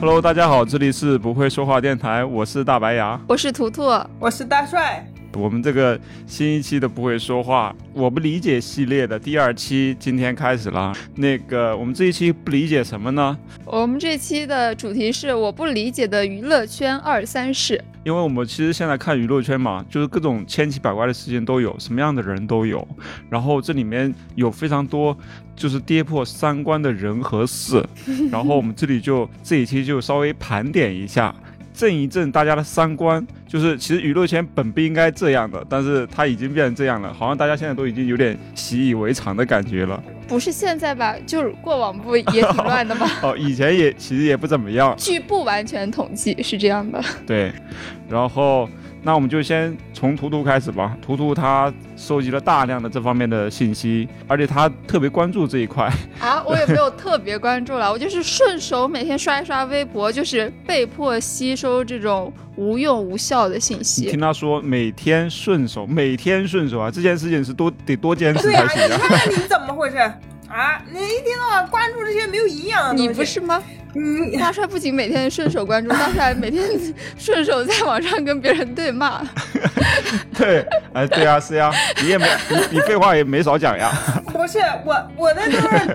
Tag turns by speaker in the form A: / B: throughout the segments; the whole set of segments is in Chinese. A: Hello，大家好，这里是不会说话电台，我是大白牙。
B: 我是图图，
C: 我是大帅，
A: 我们这个新一期的不会说话，我不理解系列的第二期今天开始了。那个，我们这一期不理解什么呢？
B: 我们这期的主题是我不理解的娱乐圈二三事。
A: 因为我们其实现在看娱乐圈嘛，就是各种千奇百怪的事情都有，什么样的人都有。然后这里面有非常多就是跌破三观的人和事。然后我们这里就这一期就稍微盘点一下，正一正大家的三观。就是其实娱乐圈本不应该这样的，但是它已经变成这样了，好像大家现在都已经有点习以为常的感觉了。
B: 不是现在吧，就是过往不也 挺乱的吗？
A: 哦，以前也其实也不怎么样，
B: 据不完全统计是这样的。
A: 对，然后那我们就先从图图开始吧。图图他收集了大量的这方面的信息，而且他特别关注这一块。
B: 啊，我也没有特别关注了，我就是顺手每天刷一刷微博，就是被迫吸收这种无用无效的信
A: 你
B: 息。
A: 听他说每天顺手，每天顺手啊，这件事情是多得多坚持
C: 对
A: 才
C: 呀、
A: 行
C: 你
A: 啊。
C: 看看你怎么回事啊？你一天到晚关注这些没有营养的东西，
B: 你不 是吗？
C: 你
B: 大帅不仅每天顺手关注，大帅 每天顺手在网上跟别人对骂。
A: 对，哎，对啊，是呀、你也没你你废话也没少讲呀。
C: 不是我我的都是。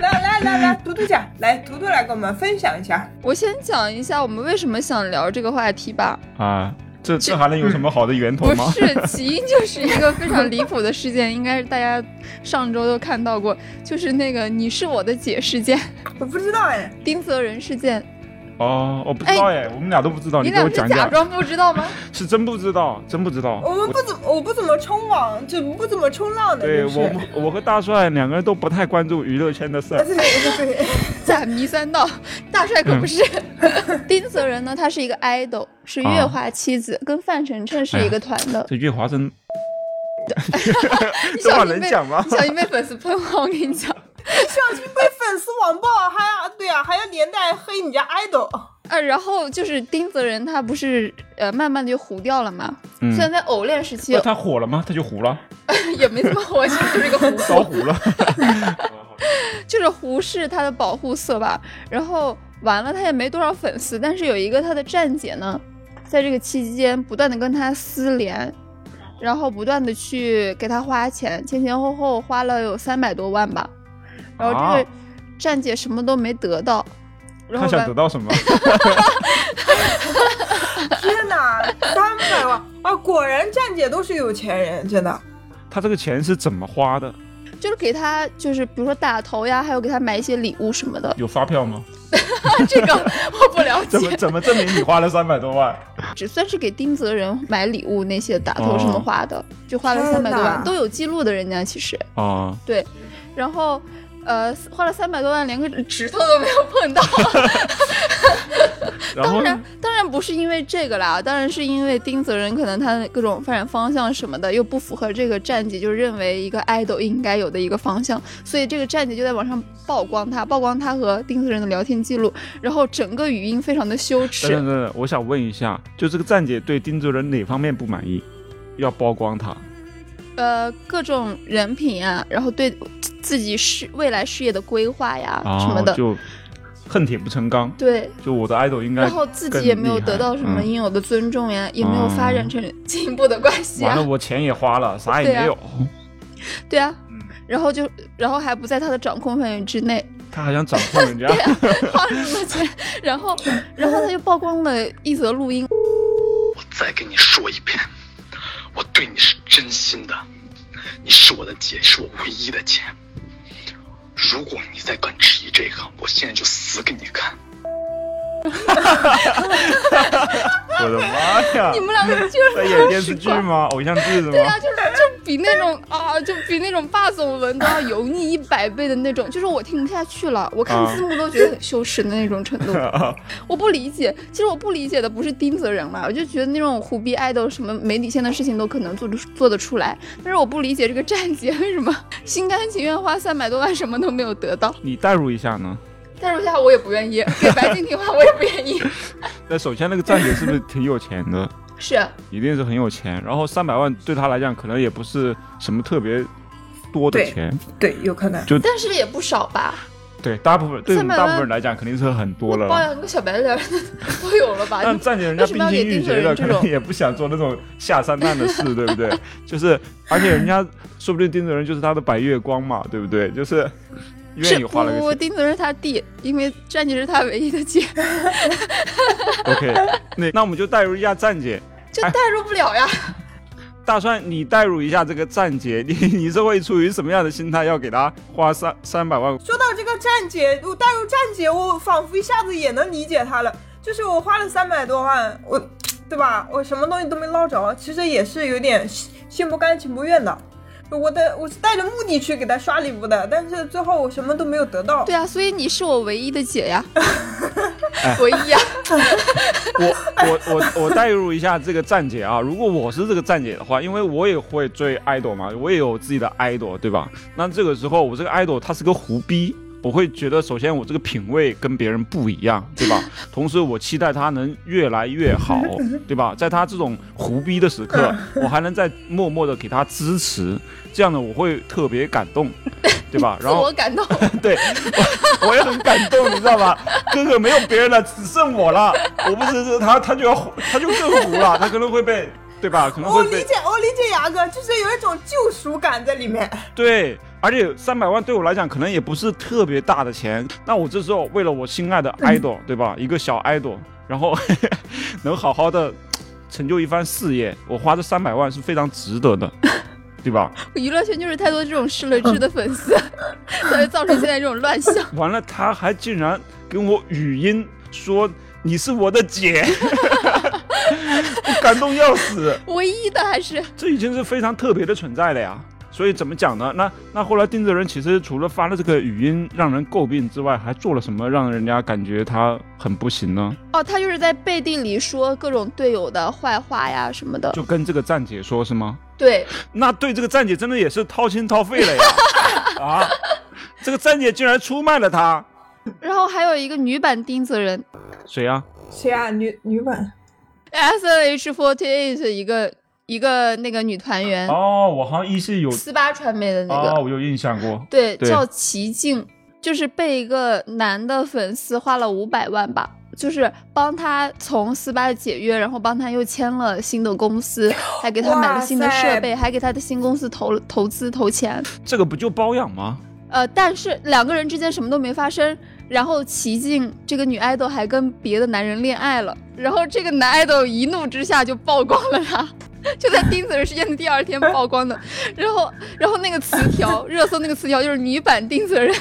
C: 来来来来，读读讲，来读读来给我们分享一下。
B: 我先讲一下我们为什么想聊这个话题吧。
A: 啊，这这还能有什么好的源头吗
B: 不？是，起因就是一个非常离谱的事件，应该是大家上周都看到过，就是那个“你是我的姐”事件、
C: 我不知道哎，
B: 丁泽仁事件。
A: 哦，我不知道哎，我们俩都不知道，
B: 你
A: 给
B: 俩
A: 我
B: 是
A: 讲
B: 假
A: 讲，
B: 装不 知道吗？
A: 是真不知道，真不知道。
C: 我们不怎么我不怎么冲网，就不怎么冲浪的。
A: 对
C: 就是
A: 我，我我和大帅两个人都不太关注娱乐圈的事儿
C: 对。对对，
B: 假迷三道，大帅可不是。
A: 嗯
B: 丁泽仁呢，他是一个 idol，是月华妻
A: 哦
B: 子，跟范丞丞是一个团的。
A: 这月华真，
B: 你
A: 哎这
B: 小
A: 话
B: 心
A: 能
B: 被
A: 讲吗
B: 你？小心被粉丝喷我，我跟你 讲。
C: 上去被粉丝网暴，还要对啊，还要连带黑你家 idol。
B: 呃，然后就是丁泽仁，他不是呃慢慢的就糊掉了嘛。
A: 嗯
B: 虽然在偶练时期
A: 那他火了吗？他就糊 了，
B: 也没怎么 火，其实就是一个糊
A: 烧糊了。
B: 就是胡适他的保护色吧。然后完了，他也没多少粉丝，但是有一个他的站姐呢，在这个期间不断的跟他私联，然后不断的去给他花钱，前前后后花了有三百多万吧。然后这
A: 啊
B: 个站姐什么都没得到，然
A: 他
B: 后
A: 想
B: 完
A: 得到什么？
C: 天哪，三百万啊！果然站姐都是有钱人，真的。
A: 他这个钱是怎么花的？，
B: 就是给他就是比如说打头呀，还有给他买一些礼物什么的
A: 有发票 吗？
B: 这个我不了
A: 怎么
B: 解，
A: 怎么证明你花了三百多万？
B: 只算是给丁泽仁买礼物那些打头什么
A: 哦
B: 花的，就花了
C: 天
B: 三百多万，
C: 哪
B: 都有记录的，人家其实。
A: 啊，
B: 对，然后呃花了三百多万，连个指头都没有碰到。
A: 然
B: 当
A: 后
B: 然，当然不是因为这个啦，当然是因为丁泽仁可能他的各种发展方向什么的又不符合这个站姐就认为一个 idol 应该有的一个方向，所以这个站姐就在网上曝光他，曝光他和丁泽仁的聊天记录，然后整个语音非常的羞
A: 等
B: 耻
A: 等。等等，我想问一下，就这个站姐对丁泽仁哪方面不满意？要曝光他？
B: 呃，各种人品啊，然后对自己事未来事业的规划呀、
A: 啊，
B: 什么的，
A: 就恨铁不成钢。
B: 对，
A: 就我的 idol 应该
B: 然后自己也没有得到什
A: 更厉
B: 么
A: 害嗯
B: 应有的尊重呀，也没有发展成进一步的关系
A: 嗯完了，
B: 啊，
A: 我钱也花了，啥也没有。
B: 对啊，
A: 嗯，
B: 然后就然后还不在他的掌控范围之 内，
A: 他还想掌控 人家，
B: 啊花了那么多钱，然后然后他就曝光了一则 录音，
D: 我再跟你说一遍，我对你是真心的，你是我的姐，是我唯一的姐。如果你再敢质疑这个，我现在就死给你看。
A: 我的妈呀
B: 你！们两个就是
A: 在演电视剧吗？偶像剧是
B: 对
A: 吗？
B: 啊，就是就比那种 啊，就比那种霸总文都要油腻一百倍的那种，就是我听不下去了，我看
A: 啊
B: 字幕都觉得很羞耻的那种程度。我不理解，其实我不理解的不是丁泽仁嘛，我就觉得那种虎逼爱豆什么没底线的事情都可能做得出做得出来，但是我不理解这个站姐为什么心甘情愿花三百多万什么都没有得到，
A: 你代入一下呢？
B: 代入下我也不愿 意，给白敬亭花我也不愿意，
A: 那首先那个站姐是不是挺有钱 的？
B: 是
A: 一定是很有钱。然后三百万对他来讲可能也不是什么特别多的
C: 对
A: 钱，
C: 对，有可能。
B: 但是也不少吧，
A: 对，大部分对我
B: 三
A: 们
B: 百
A: 大
B: 万
A: 部分人来讲肯定是很多了
B: 包
A: 啦。
B: 养个小白脸儿都有了吧？
A: 但站起人家
B: 为什
A: 冰
B: 么要
A: 心
B: 给
A: 玉
B: 丁
A: 洁
B: 嘴
A: 的，可
B: 人这
A: 能
B: 种？
A: 也不想做那种下三滥的 事，对不对？就是，而且人家说不定丁子人就是他的白月光嘛，对不对？就是愿
B: 是
A: 意
B: 不
A: 花了
B: 不不，
A: 个钱。
B: 丁子是他弟，因为战绩是他唯一的姐，
A: 哎 OK，那那我们就代入一下站姐，
B: 就代入不了呀。
A: 大蒜，你代入一下这个站姐， 你你是会出于什么样的心态要给他花三三百万？
C: 说到这个站姐，我带入站姐，我仿佛一下子也能理解她了。就是我花了三百多万，我，对吧？我什么东西都没捞着，其实也是有点心心不甘情不愿的。我的我是带着目的去给她刷礼物的，但是最后我什么都没有得到。
B: 对啊，所以你是我唯一的姐呀
A: 哎，
B: 唯一呀。
A: 我我我我代入一下这个站姐啊，如果我是这个站姐的话，因为我也会追 idol 嘛，我也有自己的 idol，对吧？那这个时候我这个 idol 他是个胡逼。我会觉得，首先我这个品味跟别人不一样，对吧？同时，我期待他能越来越好，对吧？在他这种胡逼的时刻，我还能在默默的给他支持，这样呢，我会特别感动，对吧？
B: 自
A: 然后
B: 我感动，
A: 对，我我也很感动，你知道吧？哥哥没有别人了，只剩我了。我不支持他，他就要糊他就更糊了，他可能会被，对吧？
B: 啊
A: 可能
C: 我
A: 会
C: 哦理
A: 被
C: 解，我理解牙哥，就是有一种救赎感在里面。
A: 对。而且三百万对我来讲可能也不是特别大的钱，那我这时候为了我心爱的
C: 嗯
A: idol，、对吧？一个小 idol，然后 能好好的成就一番事业，我花这三百万是非常值得的，对吧？
B: 娱乐圈就是太多这种失了智的粉 丝，才会造成现在这种乱 象。
A: 完了，他还竟然跟我语音说你是我的姐， 我感动要死，
B: 唯一的还是
A: 这已经是非常特别的存在了呀。所以怎么讲呢？那那后来丁泽仁其实除了发了这个语音让人诟病之外，还做了什么让人家感觉他很不行呢？
B: 哦，他就是在背地里说各种队友的坏话呀什么的。
A: 就跟这个站姐说是吗？
B: 对，
A: 那对这个站姐真的也是掏心掏肺了 呀！啊，这个站姐竟然出卖了他，
B: 然后还有一个女版丁子人
A: 谁呀、
C: 谁啊？女女版？
B: ，S H Forty Eight 一个一个那个女团员，
A: 哦，我好像一是有
B: 四八传媒的那个，
A: 哦，我有印象过。
B: 对，
A: 对
B: 叫齐静，就是被一个男的粉丝花了五百万吧，就是帮他从四八解约，然后帮他又签了新的公司，还给他买了新的
C: 哇塞
B: 设备，还给他的新公司投投资投钱。
A: 这个不就包养 吗？
B: 呃，但是两个人之间什么都没发生。然后齐静这个女爱豆还跟别的男人恋爱了，然后这个男爱豆一怒之下就曝光了她， 就在丁子儿事件的第二天曝光的。 然后，然后那个词条，热搜那个词条就是女版丁子人，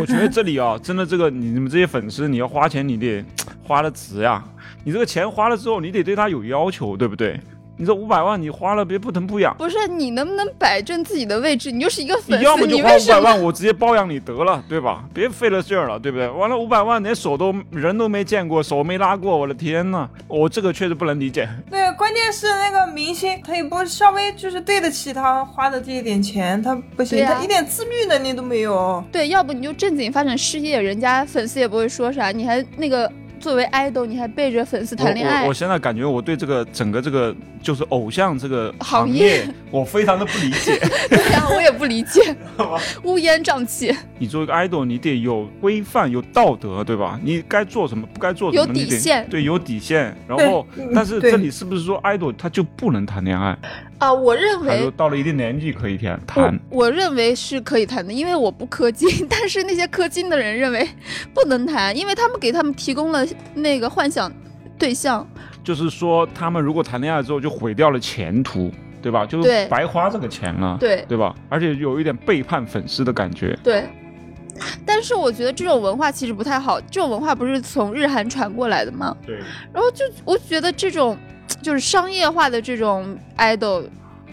A: 我觉得这里啊，真的这个你你们这些粉丝，你要花钱，你得花的值呀。你这个钱花了之后，你得对他有要求，对不对？你这五百万你花了，别不疼不痒。
B: 不是你能不能摆正自己的位置？你就是一个粉
A: 你要么
B: 丝，
A: 就
B: 你
A: 花
B: 为
A: 五
B: 什
A: 百
B: 么？
A: 万，我直接包养你得了，对吧？别费了劲儿了，对不对？完了五百万，连手都人都没见过，手没拉过，我的天呐，我这个确实不能理解。
C: 对，关键是那个明星可以不稍微就是对得起他花的这一点钱，他不行，
B: 对啊
C: 他一点自律能力都没有。
B: 对，要不你就正经发展事业，人家粉丝也不会说啥，你还那个作为爱豆，你还背着粉丝
A: 我
B: 谈恋
A: 我
B: 爱
A: 我，现在感觉我对这个整个这个就是偶像这个
B: 行
A: 行业，我非常的不理 解。
B: 对呀、我也不 理解，乌烟瘴气，
A: 你作为一个 idol，你得有规范、有道德，对吧？你该做什么，不该做什么，
B: 有
A: 你
B: 底
A: 得
B: 线
A: 对，有底线。然后
C: 对，
A: 但是
C: 对
A: 这里是不是说 idol 他就不能谈恋爱？
B: 啊，我认
A: 还是
B: 为。
A: 到了一定年纪可以谈
B: 我
A: 谈？
B: 我认为是可以谈的，因为我不氪金。 但是那些氪金的人认为不能谈，因为他们给他们提供了那个幻想对象。
A: 就是说，他们如果谈恋爱之后就毁掉了前途，对吧？就是
B: 对
A: 白花这个钱了，
B: 对
A: 对吧？而且有一点背叛粉丝的感觉。
B: 对，但是我觉得这种文化其实不太好，这种文化不是从日韩传过来的吗？
A: 对，
B: 然后就我觉得这种就是商业化的这种 idol，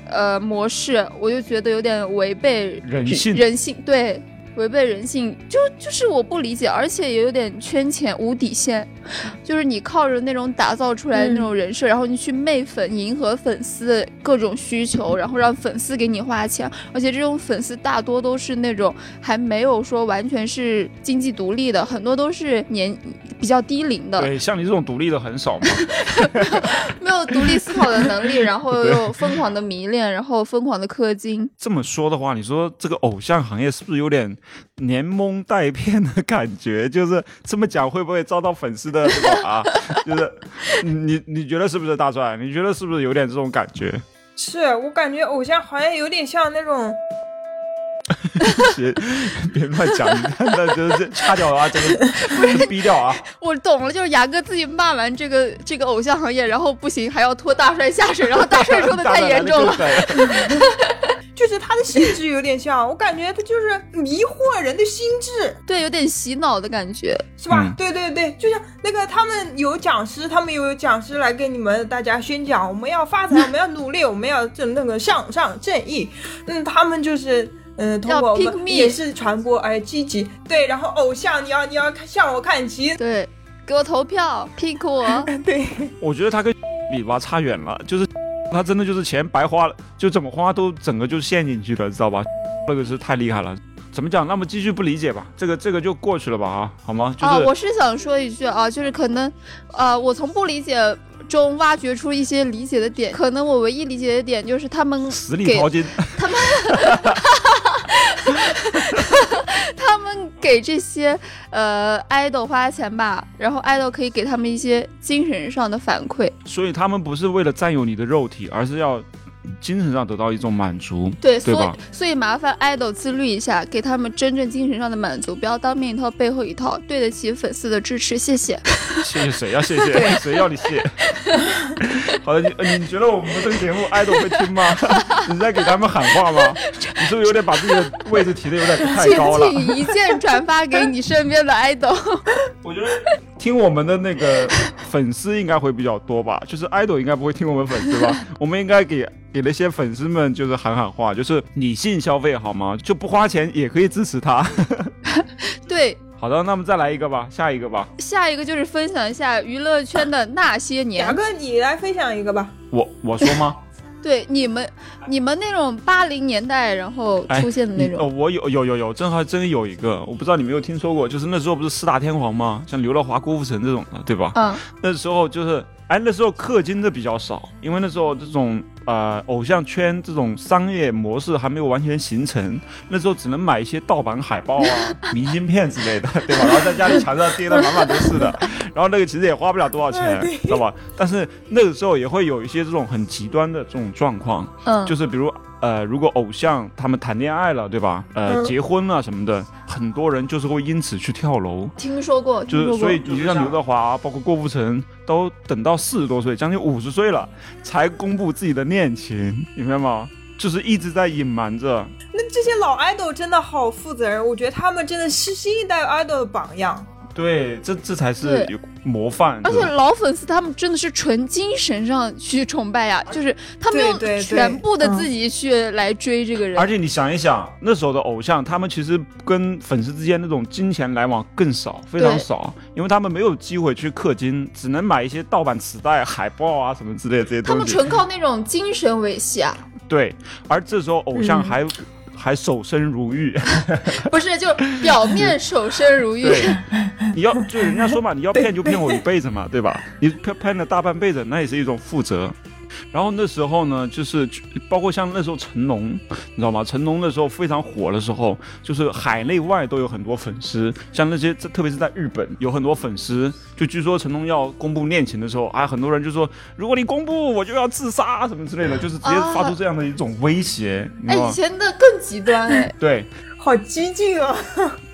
B: 呃模式，我就觉得有点违背
A: 人性
B: 人性对。违背人性，就就是我不理解，而且也有点圈钱无底线， 就是你靠着那种打造出来的那种人设，然后你去媚粉、迎合粉丝的各种需求，然后让粉丝给你花钱，而且这种粉丝大多都是那种还没有说完全是经济独立的，很多都是年比较低龄的，
A: 对，像你这种独立的很少嘛。
B: 没有独立思考的 能力，然后又疯狂的迷恋，然后疯狂的氪金。
A: 这么说的话，你说这个偶像行业是不是有点连蒙带骗的感觉，就是这么讲会不会遭到粉丝的这种 啊？就是嗯你你觉得是不是大帅？你觉得是不是有点这种感觉？
C: 是我感觉偶像好像有点像那种，
A: 别别乱 讲，你看那就是掐掉啊，这个这个逼掉啊。
B: 我懂了，就是牙哥自己骂完这个这个偶像行业，然后不行还要拖大帅下水，然后大帅说的太 严重了。
C: 就是他的性质有点像，我感觉他就是迷惑人的心智，
B: 对，有点洗脑的感觉。
C: 是吧？
A: 嗯
C: 对对对，就像那个他们有讲师，他们有讲师来跟你们大家宣讲，我们要发财，我们要努力，我们要正那个向上正义。嗯，他们就是嗯、呃通
B: 要
C: 过我
B: pick
C: 们
B: me
C: 也是传播哎积极对，然后偶像你要你要向我 看齐，
B: 对，给我投票，pick 我。
C: 对，
A: 我觉得他跟 比吧差远了，就是 他真的就是钱白花了，就怎么花都整个就陷进去了，知道吧？ 那个是太厉害了。怎么讲？那么继续不理解吧，这个这个就过去了吧啊，好吗？就是、
B: 啊，我是想说一句啊，就是可能，呃，我从不理解中挖掘出一些理解的点。可能我唯一理解的点就是他们
A: 死里
B: 给
A: 淘金，
B: 他们给这些呃 idol 花钱吧，然后 idol 可以给他们一些精神上的反馈。
A: 所以他们不是为了占有你的肉体，而是要精神上得到一种满足。
B: 对，
A: 对
B: 所
A: 吧
B: 以所以麻烦 idol 自律一下，给他们真正精神上的满足，不要当面一套背后一套，对得起粉丝的支持，谢谢。
A: 谢谢 谁呀、啊谢谢 谁要你谢？好的，你呃你觉得我们这个节目爱豆会听吗？ 你在给他们喊话吗？你是不是有点把自己的位置提的有点太
B: 请
A: 高了？
B: 请一键转发给你身边 的 idol。
A: 我觉得 听我们的那个粉丝应该会比较多吧，就是爱豆应该不会听我们粉丝 吧？我们应该给给那些粉丝们就是喊喊话，就是理性消费好吗？就不花钱也可以支持他。
B: 对，
A: 好的，那么再来一个吧，下一个吧。
B: 下一个就是分享一下娱乐圈的那些
C: 雅
B: 年。
C: 哥你来分享一个吧。
A: 我我说 吗？
B: 对，你们你们那种八零年代然后出现的那
A: 哦，
B: 种，
A: 我有有有有，正好真有一个，我不知道你没有听说过，就是那时候不是四大天王吗？像刘德华、郭富城这种的，对吧？
B: 嗯，
A: 那时候就是，哎，那时候氪金的比较少，因为那时候这种呃偶像圈这种商业模式还没有完全形成，那时候只能买一些盗版海报啊、明信片之类的，对吧？然后在家里墙上贴的满满都是的，然后那个其实也花不了多少钱，知道吧？但是那个时候也会有一些这种很极端的这种状况，
B: 嗯，
A: 就是比如呃，如果偶像他们谈恋爱了，对吧？呃，
C: 嗯
A: 结婚了什么的，很多人就是会因此去跳楼。
B: 听说过，
A: 就
B: 听
A: 是，
B: 说
A: 所
B: 过
A: 以。你就像刘德华，包括郭富城，都等到四十多岁，将近五十岁了，才公布自己的恋情，明白吗？就是一直在隐瞒着。
C: 那这些老 idol 真的好负责任，我觉得他们真的是新一代 idol 的榜样。
A: 对，这这才是
B: 对
A: 有模范。
B: 而且
A: 嗯对吧
B: 老粉丝他们真的是纯精神上去崇拜呀，就是他们
C: 对
B: 用
C: 对对
B: 全部的
C: 嗯
B: 自己去来追这个人
A: 而。且你想一想，那时候的偶像，他们其实跟粉丝之间那种金钱来往更少，非常
B: 对
A: 少，因为他们没有机会去氪金，只能买一些盗版磁带、海报啊什么之类的这些
B: 他
A: 东
B: 们
A: 西。
B: 纯靠那种精神维系啊，
A: 对，而这时候偶像
C: 嗯
A: 还、还守身如玉，
B: 不是就表面守身如玉，
A: 对，你要就人家说嘛，你要骗就骗我一辈子嘛，对吧？你骗骗了大半辈子，那也是一种负责。然后那时候呢，就是包括像那时候成龙，你知道吗？成龙那时候非常火的时候，就是海内外都有很多粉丝，像那些这特别是在日本有很多粉丝，就据说成龙要公布恋情的时候啊，很多人就说如果你公布我就要自杀什么之类的，就是直接发出这样的一种威胁，你
B: 哎，
A: 知道
B: 以
A: 吗？
B: 前的更极端哎，
A: 对
C: 好激进啊！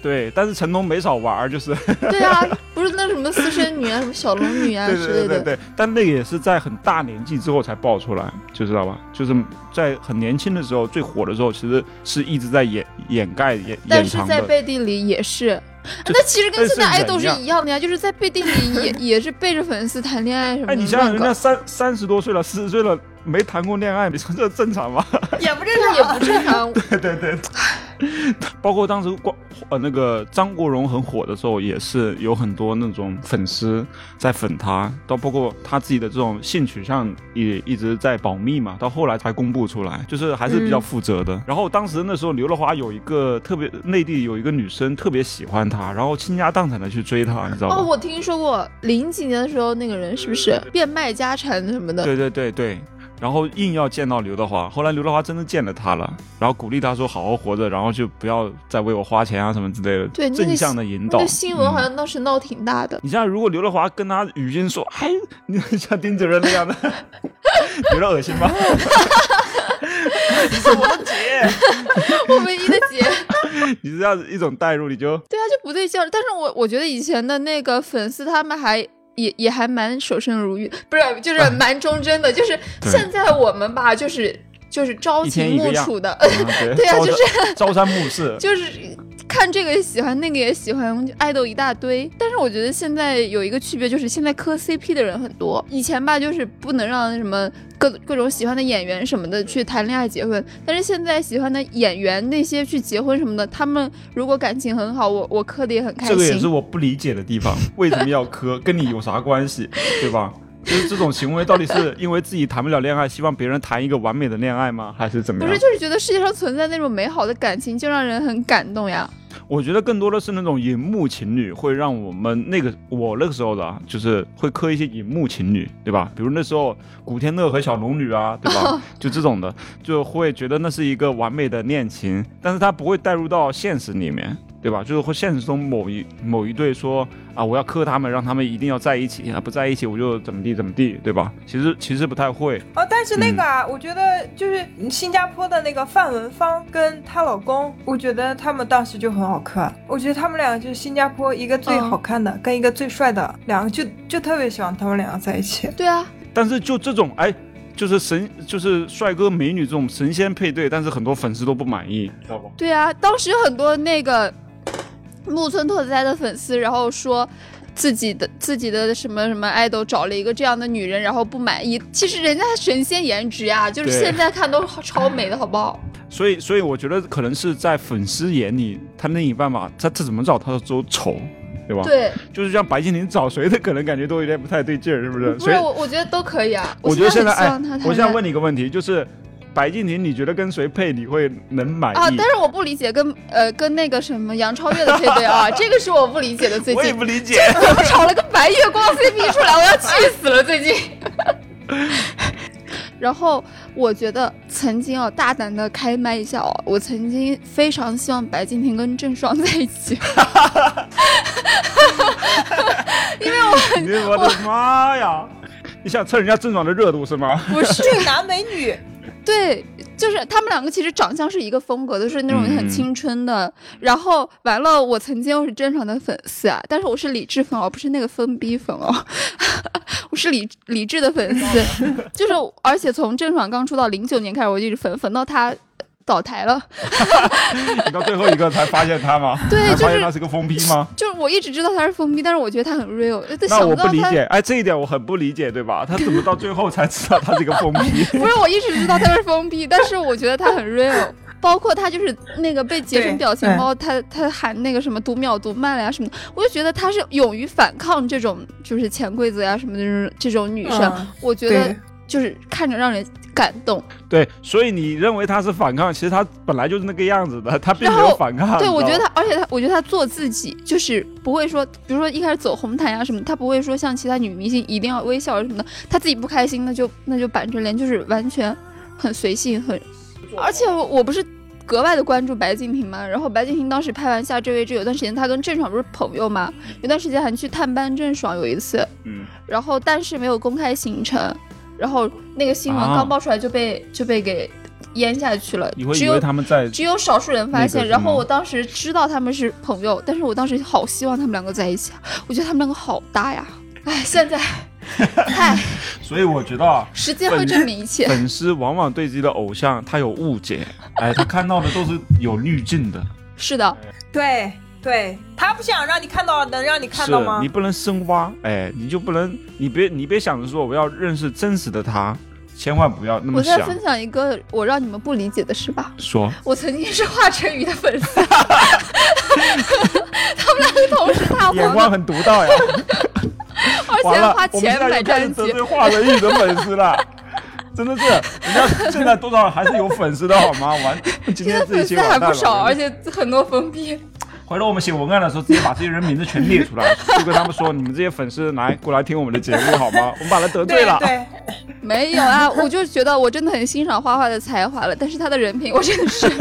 A: 对，但是成龙没少玩儿，就是
B: 对啊，不是那什么私生女啊，什么小龙女 啊
A: 对
B: 之
A: 对对
B: 类
A: 对
B: 的，
A: 对，但那个也是在很大年纪之后才爆出来，就知道吧？就是在很年轻的时候最火的时候，其实是一直在掩掩盖掩
B: 但
A: 掩
B: 是
A: 藏
B: 在
A: 的。
B: 背地里也是。啊那其实跟现在
A: 但是
B: 爱
A: 人
B: 豆是
A: 呀
B: 一样的呀，就是在背地里也 也是背着粉丝谈恋爱什么的。
A: 哎，你想想，
B: 乱
A: 人
B: 搞
A: 家三三十多岁了，四十岁了，没谈过恋爱，你说这正常吗？
C: 也不正
B: 这也
C: 常。
B: 不正常。
A: 对对对，包括当时光呃那个张国荣很火的时候，也是有很多那种粉丝在粉他，到包括他自己的这种性取向也一直在保密嘛，到后来才公布出来，就是还是
B: 嗯
A: 比较负责的。然后当时那时候刘德华有一个特别内地有一个女生特别喜欢他，然后倾家荡产的去追他，你知道吗？
B: 哦，我听说过零几年的时候，那个人是不是变卖家产什么的？
A: 对对对对。然后硬要见到刘德华。后来刘德华真的见了他了，然后鼓励他说好好活着，然后就不要再为我花钱啊什么之类的，
B: 对那个
A: 正向的引导。
B: 那新闻
A: 嗯
B: 好像当时闹挺大的，
A: 你像如果刘德华跟他语音说：“ 哎，你像丁子润那样的， 有点恶心吧？” 你是我的姐，
B: 我唯一的 姐，
A: 你这样子一种代入，你就
B: 对啊，就不对劲儿。但是我我觉得以前的那个粉丝他们还。也也还蛮守身如玉，不是，就是蛮忠贞的。就是
A: 啊对
B: 现在我们吧，就是就是朝
A: 一天
B: 秦
A: 一个
B: 暮
A: 样
B: 楚的，
A: 对
B: 对啊
A: 朝
B: 就
A: 三朝三暮四，
B: 就是看这个也喜欢，那个也喜欢，就爱豆一大堆。但是我觉得现在有一个区别，就是现在磕 CP 的人很多。以前吧，就是不能让什么各各种喜欢的演员什么的去谈恋爱结婚，但是现在喜欢的演员那些去结婚什么的，他们如果感情很好，我我磕的也很开
A: 这
B: 心。
A: 个也是我不理解的地方，为什么要磕？跟你有啥关系，对吧？就是这种行为，到底是因为自己谈不了恋爱，希望别人谈一个完美的恋爱吗？还是怎么
B: 不
A: 样？
B: 是，就是觉得世界上存在那种美好的感情，就让人很感动呀。
A: 我觉得更多的是那种荧幕情侣，会让我们那个我那个时候的啊，就是会磕一些荧幕情侣，对吧？比如那时候古天乐和小龙女啊，对吧？就这种的，就会觉得那是一个完美的恋情，但是他不会带入到现实里面，对吧？就是会现实中某一某一对说啊，我要磕他们，让他们一定要在一起啊，不在一起我就怎么地怎么地，对吧？其实其实不太会，
C: 哦，但是那个
A: 嗯
C: 啊，我觉得就是新加坡的那个范文芳跟她老公，我觉得他们当时就很好看。我觉得他们俩就是新加坡一个最
B: 嗯
C: 好看的，跟一个最帅的，两个就就特别喜欢他们两个在一起。
B: 对啊，
A: 但是就这种哎。就是神，就是帅哥美女这种神仙配对，但是很多粉丝都不满意，知道吧？
B: 对啊，当时很多那个木村拓哉的粉丝，然后说自己的自己的什么什么爱豆找了一个这样的女人，然后不满意。其实人家神仙颜值呀，就是
A: 对
B: 现在看都好超美的好不好？
A: 所以，所以我觉得可能是在粉丝眼里，他另一半吧，他他怎么找他都丑，对吧？，
B: 对，
A: 就是像白敬亭找谁的，可能感觉都有点不太对劲儿，是不是？
B: 不
A: 所
B: 是
A: 以
B: 我，我觉得都可以啊。
A: 我觉得现在，
B: 很希
A: 哎
B: 望他，
A: 我
B: 谈
A: 现
B: 恋
A: 在
B: 爱
A: 问你一个问题，就是白敬亭，你觉得跟谁配你会能满
B: 啊，
A: 意？
B: 但是我不理解跟呃跟那个什么杨超越的配 对啊，这个是我不理解的。最
A: 我也
B: 近
A: 不理解，
B: 怎么炒了个白月光 CP 出来，我要气死了最近。 然后我觉得曾经啊，大胆的开麦一下哦，我曾经非常希望白敬亭跟郑爽在一起，因为我
A: 你我的妈呀！你想蹭人家郑爽的热度是吗？
B: 不 是
C: 俊男美女，
B: 对，就是他们两个其实长相是一个风格，都是那种很
A: 嗯
B: 青春的。然后完了，我曾经我是郑爽的粉丝啊，但是我是理智粉哦，不是那个疯逼粉哦， 我是理理智的粉丝。 就是而且从郑爽刚出道零九年开始，我就一直粉粉到她倒台了。
A: 你到最后一个才发现他吗？
B: 对
A: 才
B: 就是
A: 发现他是个疯逼吗？
B: 就是我一直知道她是疯逼，但是我觉得她很 real，但
A: 那
B: 想
A: 我
B: 不
A: 不
B: 到
A: 理
B: 她。
A: 解，哎，这一点我很不理解，对吧？他怎么到最后才知道他是个疯逼？
B: 不是，我一直知道他是封闭，但是我觉得他很 real。包括他就是那个被截成
C: 对
B: 表情包，他他喊那个什么读秒读慢了呀什么的，我就觉得他是勇于反抗这种就是潜规则呀什么的这种这种女生，
C: 嗯
B: 我觉得
C: 对，
B: 就是看着让人感动。
A: 对，所以你认为他是反抗，其实他本来就是那个样子的，他 并没
B: 然
A: 有
B: 后
A: 反抗。
B: 对，
A: 你
B: 我
A: 知
B: 觉得
A: 道吗
B: 他，而且他，我觉得他做自己，就是不会说，比如说一开始走红毯呀、什么，他不会说像其他女明星一定要微笑什么的，他自己不开心那就那就板着脸，就是完全很随性，很。而且我我不是格外的关注白敬亭嘛，然后白敬亭当时拍完《夏至未至》，有段时间他跟郑爽不是朋友嘛，有段时间还去探班郑爽有一次，
A: 嗯，
B: 然后但是没有公开行程，然后那个新闻
A: 啊
B: 刚爆出来就被、就被给淹下去了，
A: 你会
B: 只
A: 以
B: 有
A: 为他们在
B: 只有少数人发现。
A: 那个是嗯吗
B: 然后我当时知道他们是朋友，但是我当时好希望他们两个在一起啊，我觉得他们两个好搭呀。哎，现在，哎，
A: 所以我觉得啊，
B: 时间会证明一切。
A: 粉丝往往对自己的偶像他有误解， 哎，他看到的都是有滤镜的，
B: 是的，
C: 对对，他不想让你看到，能让你看
A: 是
C: 到吗
A: 你？不能深挖，哎，你就不能，你别你别想着说我要认识真实的他，千万不要那
B: 我
A: 么
B: 再
A: 想
B: 分。啊享一个我让你们不理解的事吧。
A: 说，
B: 我曾经是华晨宇的粉 丝， 他们两个同时大
A: 眼
B: 火
A: 光
B: 的，
A: 很独到 呀！
B: 而
A: 完
B: 且
A: 了
B: 花，
A: 我们
B: 钱
A: 现在
B: 买
A: 又开始得
B: 专辑
A: 罪。华晨宇的粉丝了，真的是，人家现在多 少还是有粉丝的好吗？完，今
B: 现
A: 天
B: 在
A: 这
B: 粉
A: 一期
B: 丝还
A: 完蛋
B: 不
A: 了
B: 少，
A: 我
B: 而
A: 跟你
B: 且很多封闭。
A: 回头我们写文案的时候，直接把这些人名字全列出来，就跟他们说，你们这些粉丝来过来听我们的节目好吗？我们把他得罪
C: 对
A: 了。
C: 对，
B: 没有啊，我就觉得我真的很欣赏花花的才华了，但是他的人品我真的是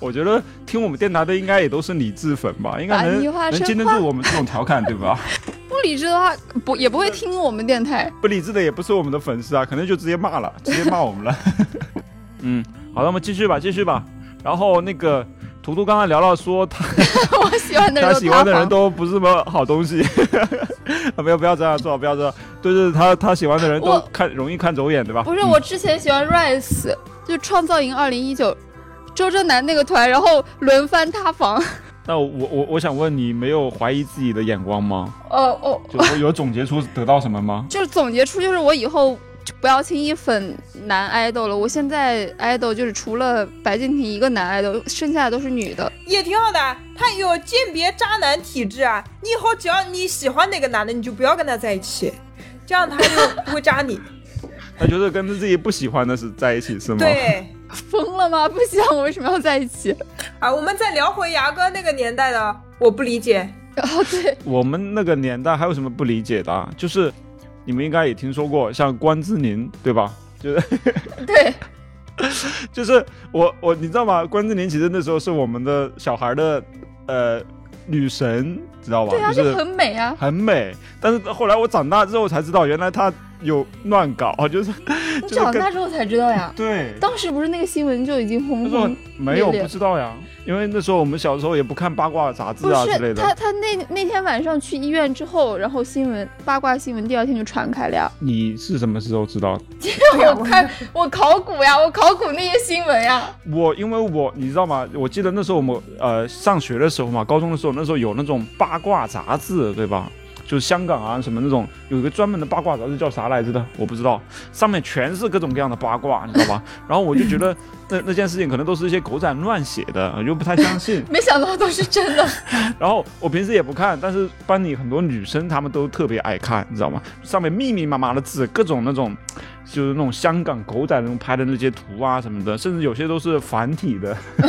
A: 我觉得听我们电台的应该也都是理智粉吧，应该
B: 把
A: 能
B: 你化
A: 能
B: 身
A: 经得
B: 花
A: 住我们这种调侃，对吧？
B: 不理智的话，不也不会听我们电台。
A: 不理智的也不是我们的粉丝啊，可能就直接骂了，直接骂我们了。 嗯，好了，我们继续吧，继续吧。然后那个图图刚才聊到说他
B: 我喜欢的人
A: 他
B: 都
A: 喜欢的
B: 塌
A: 人
B: 房
A: 都不是什么好东西， 啊，不要不要这样，做好不要这样，就是他他喜欢的人都
B: 我
A: 看容易看走眼，对吧？
B: 不是
A: 嗯
B: 我之前喜欢 Rise，就创造营二零一九，周震南那个团，然后轮番塌房。
A: 那我我我想问你，没有怀疑自己的眼光 吗？
B: 呃，哦，？
A: 就说有总结出得到什么吗
B: 就是总结出就是我以后就不要轻易粉男爱豆了。我现在爱豆就是除了白敬亭一个男爱豆，剩下的都是女的。
C: 也挺好的啊。他有鉴别渣男体质啊，你以后只要你喜欢哪个男的，你就不要跟他在一起，这样他就不会 渣你。
A: 嗯他觉得跟自己不喜欢的是在一起是吗？
C: 对。
B: 疯了吗？不 想我为什么要在一起？
C: 啊，我们再聊回牙哥那个年代的，我不理解。
B: 然后哦 对，
A: 我们那个年代还有什么不理解的、啊？就是你们应该也听说过，像关之琳，对吧？就是
B: 对，
A: 就是我我你知道吗？关之琳其实那时候是我们的小孩的呃女神，知道吧？
B: 对啊，
A: 就是
B: 就很美 啊。
A: 很美，但是后来我长大之后才知道，原来她有乱搞， 就是
B: 你
A: 就是
B: 长
A: 跟
B: 大之后才知道呀。
A: 对。
B: 当时不是那个新闻就已经
A: 那
B: 轰
A: 时候
B: 轰，
A: 没有
B: 烈
A: 不知道呀，因为那时候我们小时候也不看八卦杂志
B: 不
A: 啊之类
B: 是他
A: 的。
B: 他那那天晚上去医院之后，然后新闻八卦新闻第二天就传开了呀。
A: 你是什么时候知道的？
B: 我看我考古呀，我考古那些新闻呀。
A: 我因为我你知道吗？我记得那时候我们呃上学的时候嘛，高中的时候那时候有那种八卦杂志，对吧？就是香港啊什么那种有一个专门的八卦杂志叫啥来着的，我不知道，上面全是各种各样的八卦，你知道吧？然后我就觉得那那件事情可能都是一些狗仔乱写的，我就不太相信。
B: 没想到都是真的，
A: 然后我平时也不看，但是班里很多女生她们都特别爱看，你知道吗？上面密密麻麻的字，各种那种，就是那种香港狗仔那种拍的那些图啊什么的，甚至有些都是繁体的。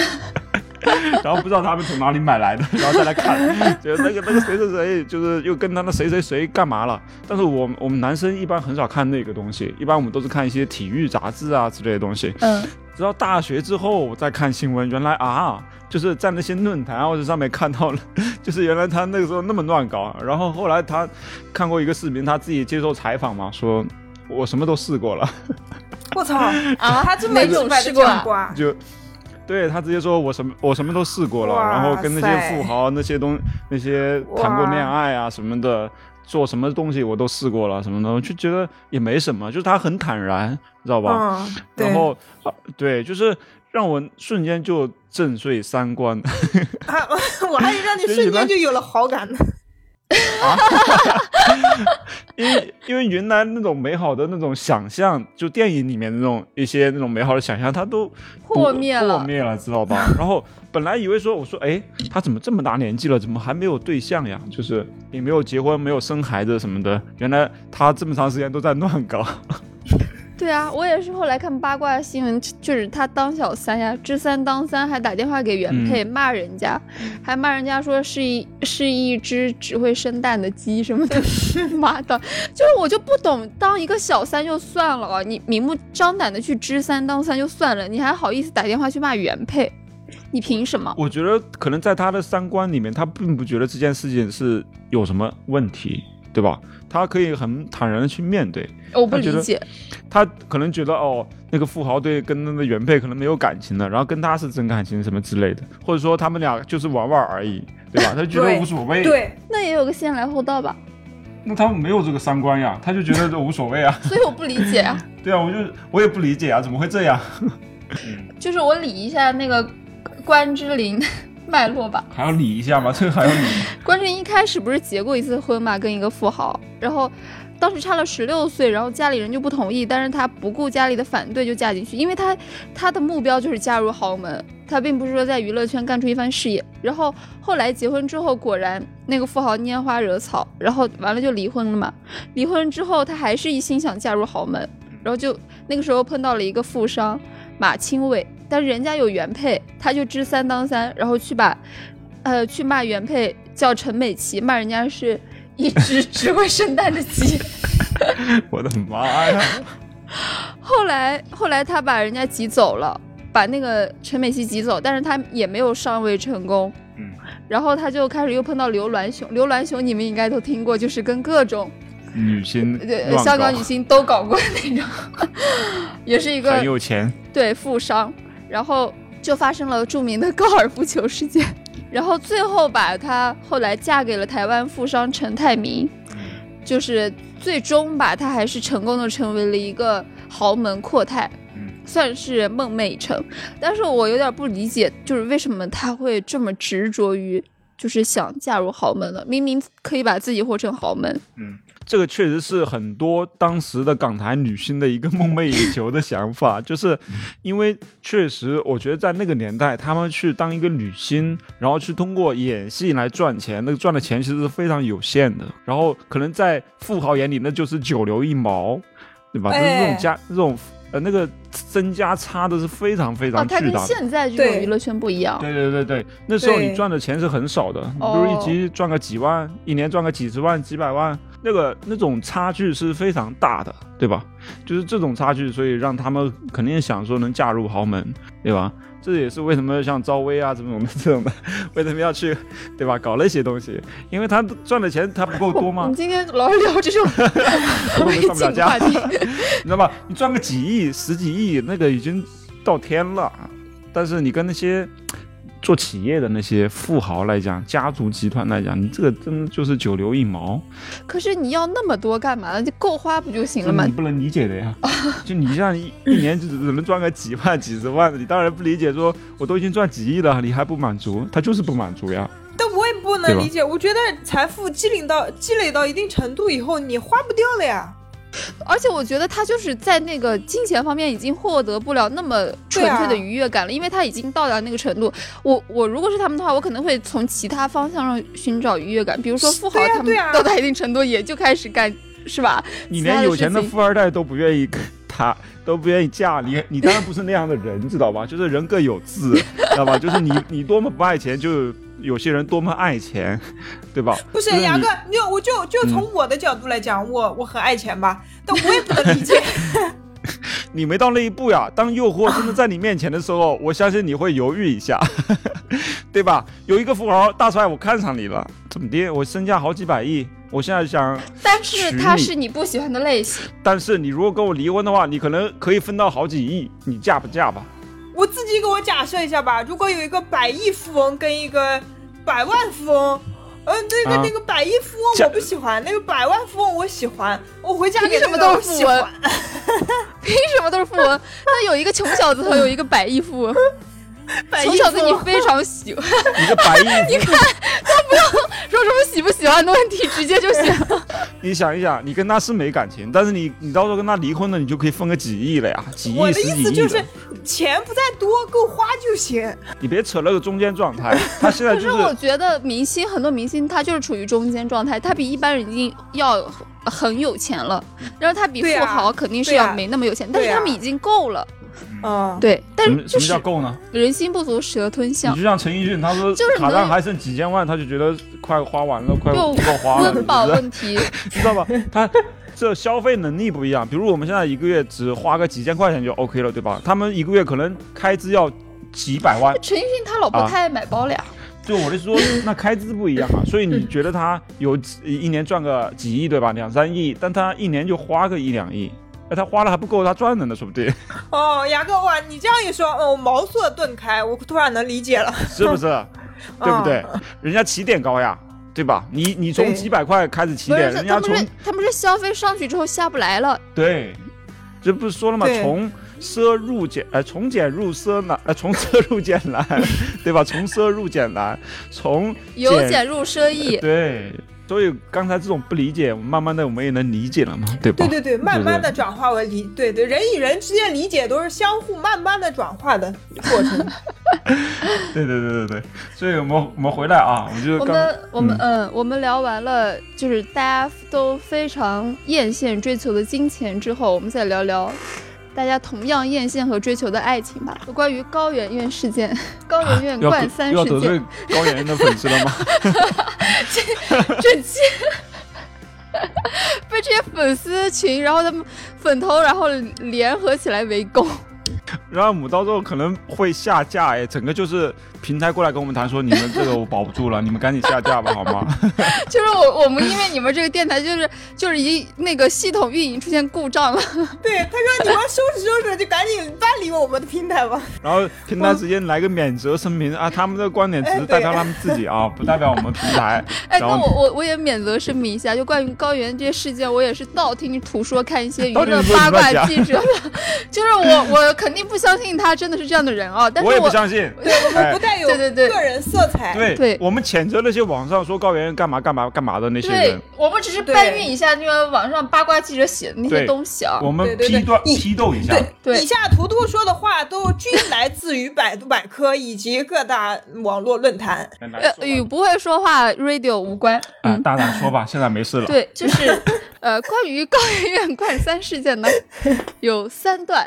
A: 然后不知道他们从哪里买来的，然后再来看，觉得那个那个谁谁谁，就是又跟他那谁谁谁干嘛了。但是我们我们男生一般很少看那个东西，一般我们都是看一些体育杂志啊之类的东西。
B: 嗯，
A: 直到大学之后我再看新闻，原来啊，就是在那些论坛啊或者上面看到了， 就是原来他那个时候那么乱搞。然后后来他看过一个视频，他自己接受采访嘛，说我什么都试过了，
C: 我操啊！他这么
B: 哪种
C: 直白
B: 试
C: 的
B: 过啊
C: 讲过啊？
A: 就。对他直接说，我什么我什么都试过了，
C: 哇
A: 然后跟那些
C: 塞
A: 富豪、那些东、那些谈过恋爱啊什么的，做什么东西我都试过了，什么的，我就觉得也没什么，就是他很坦然，你知道吧？
C: 嗯，对
A: 然后、啊对，就是让我瞬间就震碎三观
C: 啊， 我还以为让你瞬间就有了好感呢。
A: 啊！因为因为原来那种美好的那种想象，就电影里面的那种一些那种美好的想象，它都不
B: 破灭了
A: 破灭了，知道 吧？然后本来以为说，我说，哎，他怎么这么大年纪了，怎么还没有对象呀？就是也没有结婚，没有生孩子什么的。原来他这么长时间都在乱搞。
B: 对啊，我也是后来看八卦新闻，就是他当小三呀，知三当三，还打电话给原
A: 嗯
B: 配、骂人家，还骂人家说是一是一只只会生蛋的鸡什么的， 妈的，就是我就不懂，当一个小三就算了啊，你明目张胆的去知三当三就算了，你还好意思打电话去骂原配，你凭什么？
A: 我觉得可能在他的三观里面，他并不觉得这件事情是有什么问题，对吧？他可以很坦然的去面对。
B: 我不
A: 他觉得
B: 理解，
A: 他可能觉得哦，那个富豪对跟那个原配可能没有感情了，然后跟他是真感情什么之类的，或者说他们俩就是玩玩而已， 对吧？他就觉得
C: 对
A: 无所谓，
C: 对，
B: 那也有个先来后到吧，
A: 那他没有这个三观呀，他就觉得这无所谓啊。
B: 所以我不理解啊。
A: 对啊，我就我也不理解啊，怎么会这样？
B: 就是我理一下那个关之琳脉络吧。
A: 还要理一下吗？这 个还要理吗？
B: 关之琳一开始不是结过一次婚嘛，跟一个富豪，然后当时差了十六岁，然后家里人就不同意，但是她不顾家里的反对就嫁进去，因为她她的目标就是嫁入豪门，她并不是说在娱乐圈干出一番事业。然后后来结婚之后，果然那个富豪拈花惹草， 然后完了就离婚了嘛。离婚之后，她还是一心想嫁入豪门，然后就那个时候碰到了一个富商马清伟，但人家有原配，他就知三当三，然后去把，呃，去骂原配叫陈美琪，骂人家是一只只会生蛋 的鸡。
A: 我的妈呀！
B: 后来后来他把人家挤走了，把那个陈美琪挤走，但是他也没有上位成功。
A: 嗯，
B: 然后他就开始又碰到刘銮雄，刘銮雄你们应该都听过，就是跟各种
A: 女星
B: 对
A: 乱
B: 香
A: 搞
B: 港女星都搞过那种， 也是一个
A: 很有钱，
B: 对负伤，然后就发生了著名的高尔夫球事件，然后最后把她后来嫁给了台湾富商陈泰民，就是最终吧，她还是成功的成为了一个豪门阔太
A: 嗯，
B: 算是梦寐以成。但是我有点不理解，就是为什么她会这么执着于。就是想嫁入豪门了，明明可以把自己活成豪门，
A: 嗯，这个确实是很多当时的港台女星的一个梦寐以求的想法，就是因为确实，我觉得在那个年代，她们去当一个女星，然后去通过演戏来赚钱，那个赚的钱其实是非常有限的，然后可能在富豪眼里那就是九牛一毛，对吧？就是这
C: 哎
A: 种家这种呃那个增加差的是非常非
B: 哦，
A: 常
B: 她
A: 巨
B: 跟
A: 大的。
B: 现在这种
C: 对
B: 娱乐圈不一样。
A: 对对对对，那时候你
C: 对
A: 赚的钱是很少的，你比
B: 哦
A: 如一集赚个几万，一年赚个几十万、几百万，那个那种差距是非常大的，对吧？就是这种差距，所以让他们肯定想说能嫁入豪门，对吧？这也是为什么像赵薇啊这种的这种的， 为什么要去，对吧？搞那些东西，因为他赚的钱他不够多
B: 我
A: 嘛
B: 们，今天老是聊这 种
A: 们
B: 违
A: 上不了
B: 禁
A: 家
B: 话题。
A: 你知道吧？你赚个几亿、十几亿，那个已经到天了。但是你跟那些做企业的那些富豪来讲，家族集团来讲，你这个真的就是九牛一毛，
B: 可是你要那么多干嘛呢？就够花不就行
A: 这
B: 了吗
A: 你？不能理解的呀。就你像一一年只只能赚个几万、几十万的，你当然不理解说，我都已经赚几亿了，你还不满足，他就是不满足呀。
C: 但我也不
A: 对
C: 能
A: 吧
C: 理解，我觉得财富积累到积累到一定程度以后，你花不掉了呀。
B: 而且我觉得他就是在那个金钱方面已经获得不了那么纯
C: 啊
B: 粹的愉悦感了，因为他已经到达那个程度。我我如果是他们的话，我可能会从其他方向上寻找愉悦感，比如说富豪
C: 对呀
B: 他们
C: 对啊呀
B: 到达一定程度也就开始干，是吧？
A: 你
B: 其他
A: 连
B: 的
A: 有
B: 事
A: 钱的
B: 情
A: 富二代都不愿意跟他都不愿意嫁 你，你当然不是那样的人，知道吧？就是人各有志，知道吧？就是你你多么不爱钱，就有有些人多么爱钱，对吧？
C: 不是
A: 就是
C: 牙
A: 你嗯
C: 哥，你我就就从我的角度来讲，我我很爱钱吧，但我也不能理 解。
A: 你没到那一步呀。当诱惑真的在你面前的时候，我相信你会犹豫一下， 对吧？有一个富豪大帅，我看上你了，怎么的？我身价好几百亿，我现在想
B: 但
A: 娶
B: 是他
A: 你
B: 是你不喜欢的类型，
A: 但是你如果跟我离婚的话，你可能可以分到好几亿，你嫁不嫁吧？
C: 我自己给我假设一下吧，如果有一个百亿富翁跟一个百万富翁，嗯、那个、
A: 啊
C: 那个百亿富翁
A: 假
C: 我不喜欢，那个百万富翁我喜欢，我回家
B: 凭
C: 给
B: 什
C: 那
B: 么
C: 个
B: 都
C: 我
B: 是富
C: 喜
B: 翁
C: 欢。？
B: 凭什么都是富 翁？那有一个穷小子和有一个百亿富翁，
C: 百
B: 穷
C: 亿
B: 小子
C: 富
B: 你
C: 翁
B: 非常喜欢。
A: 一个 百亿富翁
B: 说什么喜不喜欢的问题，直接就写了。
A: 你想一想，你跟他是没感情，但是你你到时候跟他离婚了，你就可以分个几亿了呀，几
C: 我
A: 亿、
C: 的
A: 十
C: 意
A: 几
C: 思
A: 亿
C: 就是，钱不在多，够花就行。
A: 你别扯那个中间状态。他现在
B: 可
A: 就是
B: 我觉得明星很多明星他就是处于中间状态，他比一般人已经要很有钱了，然后他比
C: 对
B: 富
C: 啊
B: 豪肯定是
C: 对啊
B: 要没那么有钱，但
C: 对啊
B: 是他们已经够了。
C: 嗯，
B: 对，但
A: 什
B: 是
A: 么什
B: 就
A: 么叫
B: 是
A: 够呢？
B: 人心不足蛇吞
A: 你
B: 象
A: 就，像陈奕迅，他说
B: 就是
A: 卡
B: 能
A: 上还剩几千万，他就觉得快花完了，快
B: 就
A: 不够花了，
B: 温饱
A: 你知道
B: 问题。
A: 知道吧？他这消费能力不一样，比如我们现在一个月只花个几千块钱就 OK 了，对吧？他们一个月可能开支要几百万，
B: 陈奕迅他老婆
A: 啊
B: 太爱买包了呀，
A: 就我的说，那开支不一样啊，所以你觉得他有几一年赚个几亿对吧？两三亿，但他一年就花个一两亿，那他花了还不够他赚的呢，说不定
C: 哦，牙哥哇，你这样一说，哦，茅塞顿开，我突然能理解了。
A: 是不是？对不对？人家起点高呀，对吧？你你从
C: 对
A: 几百块开始起
B: 不
A: 点，
B: 是
A: 人家
B: 他们
A: 从
B: 是他们是消费上去之后下不来了，
A: 对，这不是说了吗？
C: 对
A: 从奢入俭，呃，从俭入奢难，呃，从奢入俭难， 对吧？从奢入俭难，从
B: 由俭入奢易。
A: 对。所以刚才这种不理解，慢慢的我们也能理解了嘛，对吧？
C: 对对对，慢慢
A: 啊对
C: 的转化为理，对对，人与人之间理解都是相互慢慢的转化的 过程。
A: 对对对对对，所以我们我们回来啊，我们就是
B: 我
A: 刚
B: 们我们嗯，我们聊完了，就是大家都非常艳羡追求的金钱之后，我们再聊聊大家同样艳羡和追求的爱情吧。有关于高圆圆事件、 高圆圆
A: 要
B: 冠
A: 得
B: 三
A: 要
B: 事
A: 得罪
B: 件，
A: 高圆圆的粉丝了吗？
B: 这期被这些粉丝群，然后他们粉头，然后联合起来围攻。
A: 然后母到时候可能会下架哎，整个就是平台过来跟我们谈说，你们这个我保不住了，你们赶紧下架吧，好吗？
B: 就是我我们因为你们这个电台就是就是一那个系统运营出现故障了，
C: 对，他说你们收拾收拾，就赶紧搬离我们的平台吧。
A: 然后平台直接来个免责声明啊，他们的观点只是代表他们自己啊，不代表我们平台。
B: 哎，
A: 然
B: 那我
A: 后
B: 我我也免责声明一下，就关于高原这些事件，我也是道听途说，看一些娱
A: 道听
B: 乐
A: 途说
B: 八
A: 你乱
B: 卦
A: 讲
B: 记者的， 就是我我肯定不相信他真的是这样的人啊，但是
A: 我也
B: 我
A: 不相信。
C: 对我们不带有
B: 对对对
C: 个人色彩。
A: 哎对，
B: 对
A: 我们谴责那些网上说高圆圆干嘛干嘛干嘛的那些
B: 对
A: 人，
B: 我们只是
C: 对
B: 搬运一下那个网上八卦记者写的那些
A: 对
B: 东西啊，
A: 我们
C: 对对对
A: 批断
C: 你
A: 批斗一下。
B: 对
C: 以下图图说的话都均来自于百度百科以及各大网络论坛。
A: 来
B: 呃，与不会说话 radio 无关。
A: 啊，大胆说吧，现在没事了。
B: 对，就是呃，关于高圆圆冠三事件呢，有三段。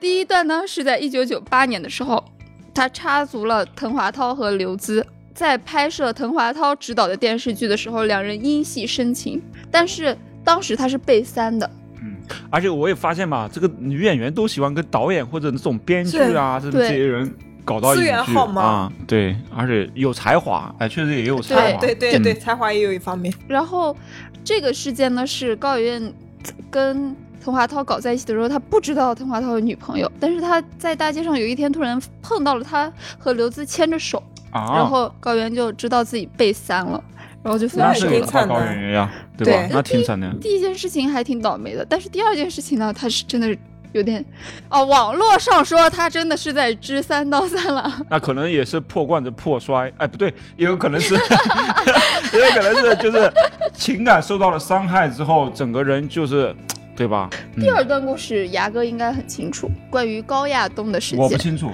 B: 第一段呢是在一九九八年的时候，他插足了滕华涛和刘孜。在拍摄滕华涛执导的电视剧的时候，两人因戏生情，但是当时他是被三的，
A: 而且我也发现吧，这个女演员都喜欢跟导演或者那种编剧啊，这种
B: 对
A: 这些人搞到一起
C: 资源
A: 去
C: 号嘛
A: 啊。对，而且有才华，哎，确实也有才华。
C: 对对
A: 嗯
C: 对，才华也有一方面。
B: 然后这个事件呢是高圆圆跟滕华涛搞在一起的时候，他不知道滕华涛有女朋友，但是他在大街上有一天突然碰到了他和刘孜牵着手，然
A: 啊，
B: 后高原就知道自己被三了，然后就非
A: 那
B: 常
A: 是
C: 那
A: 给
C: 也
B: 生
C: 挺
B: 气。
A: 他
C: 惨的
A: 高圆圆呀，对吧
C: 对？
A: 那挺惨的。
B: 第一件事情还挺倒霉的，但是第二件事情呢，他是真的是有点，哦，网络上说他真的是在知三道三了，
A: 那可能也是破罐子破摔，哎，不对，也有可能 是， 也有可能是就是情感受到了伤害之后，整个人就是，对吧？嗯
B: 第二段故事牙哥应该很清楚，关于高亚东的事
A: 我不
B: 件，
A: 清楚，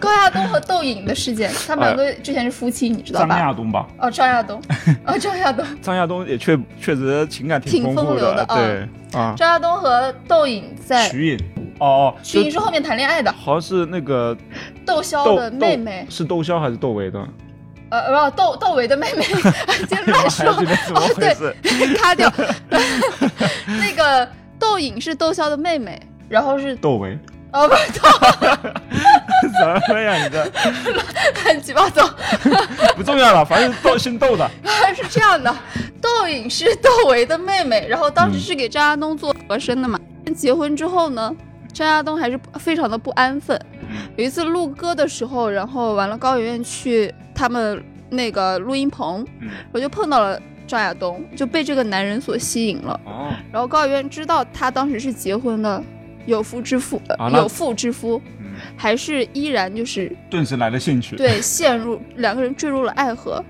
B: 高亚东和窦颖的事件，他们两个之前是夫妻，你知道
A: 哎张
B: 吧？
A: 亚东吧，
B: 哦，张 亚东，哦，张亚东，
A: 张亚东也确确实情感
B: 挺
A: 丰富
B: 风流的
C: 嗯
A: 对啊，
B: 张亚东和窦颖在
A: 瞿颖，哦哦，
B: 瞿颖
A: 就是
B: 后面谈恋爱的，
A: 好像是那个
B: 窦骁
A: 窦
B: 的
A: 窦
B: 妹妹，
A: 是窦骁还是窦唯的？
B: 呃，不，窦窦唯的妹 妹，今天乱
A: 还
B: 说
A: 有这。边怎么
B: 哦
A: 回 事？
B: 咔掉。那个窦颖是窦骁的妹妹，然后是
A: 窦唯，
B: 哦不是窦
A: 什么呀？你这
B: 乱七八糟，
A: 不重要了，反正窦姓窦的，
B: 是这样的，窦颖是窦唯的妹妹，然后当时是给张亚东做和声的嘛。结婚之后呢，张亚东还是非常的不安分。有一次录歌的时候，然后完了高圆圆去他们那个录音棚，
A: 嗯，
B: 我就碰到了张亚东，就被这个男人所吸引了。
A: 哦，
B: 然后高圆圆知道他当时是结婚的，有夫之妇，呃
A: 啊那
B: 有妇之夫，
A: 嗯，
B: 还是依然就是
A: 顿时来了兴趣，
B: 对 陷入两个人坠入了爱河，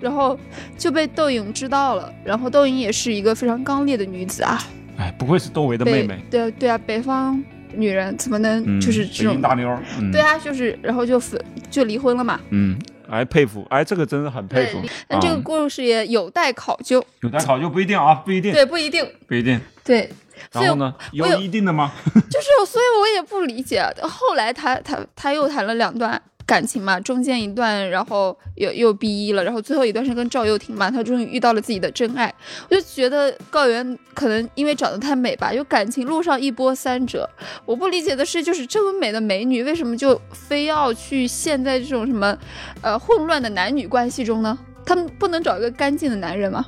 B: 然后就被窦颖知道了。然后窦颖也是一个非常刚烈的女子啊，
A: 哎，不愧是窦唯的妹
B: 北
A: 妹，
B: 对对啊，北方女人怎么能
A: 嗯，
B: 就是
A: 北
B: 这种、
A: 京大妞儿，嗯
B: 对，啊，就是然后就分就离婚了嘛。
A: 嗯，哎，佩服，哎，这个真的很佩
B: 对
A: 服
B: 离，
A: 啊
B: 但这个故事也有待考究，
A: 有待考究，不一定啊，不一定，
B: 对，不一定，
A: 不一定。
B: 对。所
A: 然
B: 以
A: 后呢，有
B: 有
A: 一定的吗？
B: 就是我，所以我也不理解。后来他他他又谈了两段感情嘛，中间一段，然后又又 B 一了，然后最后一段是跟赵又廷嘛，他终于遇到了自己的真爱。我就觉得高原可能因为长得太美吧，就感情路上一波三折。我不理解的是，就是这么美的美女，为什么就非要去陷在这种什么呃混乱的男女关系中呢？他们不能找一个干净的男人吗？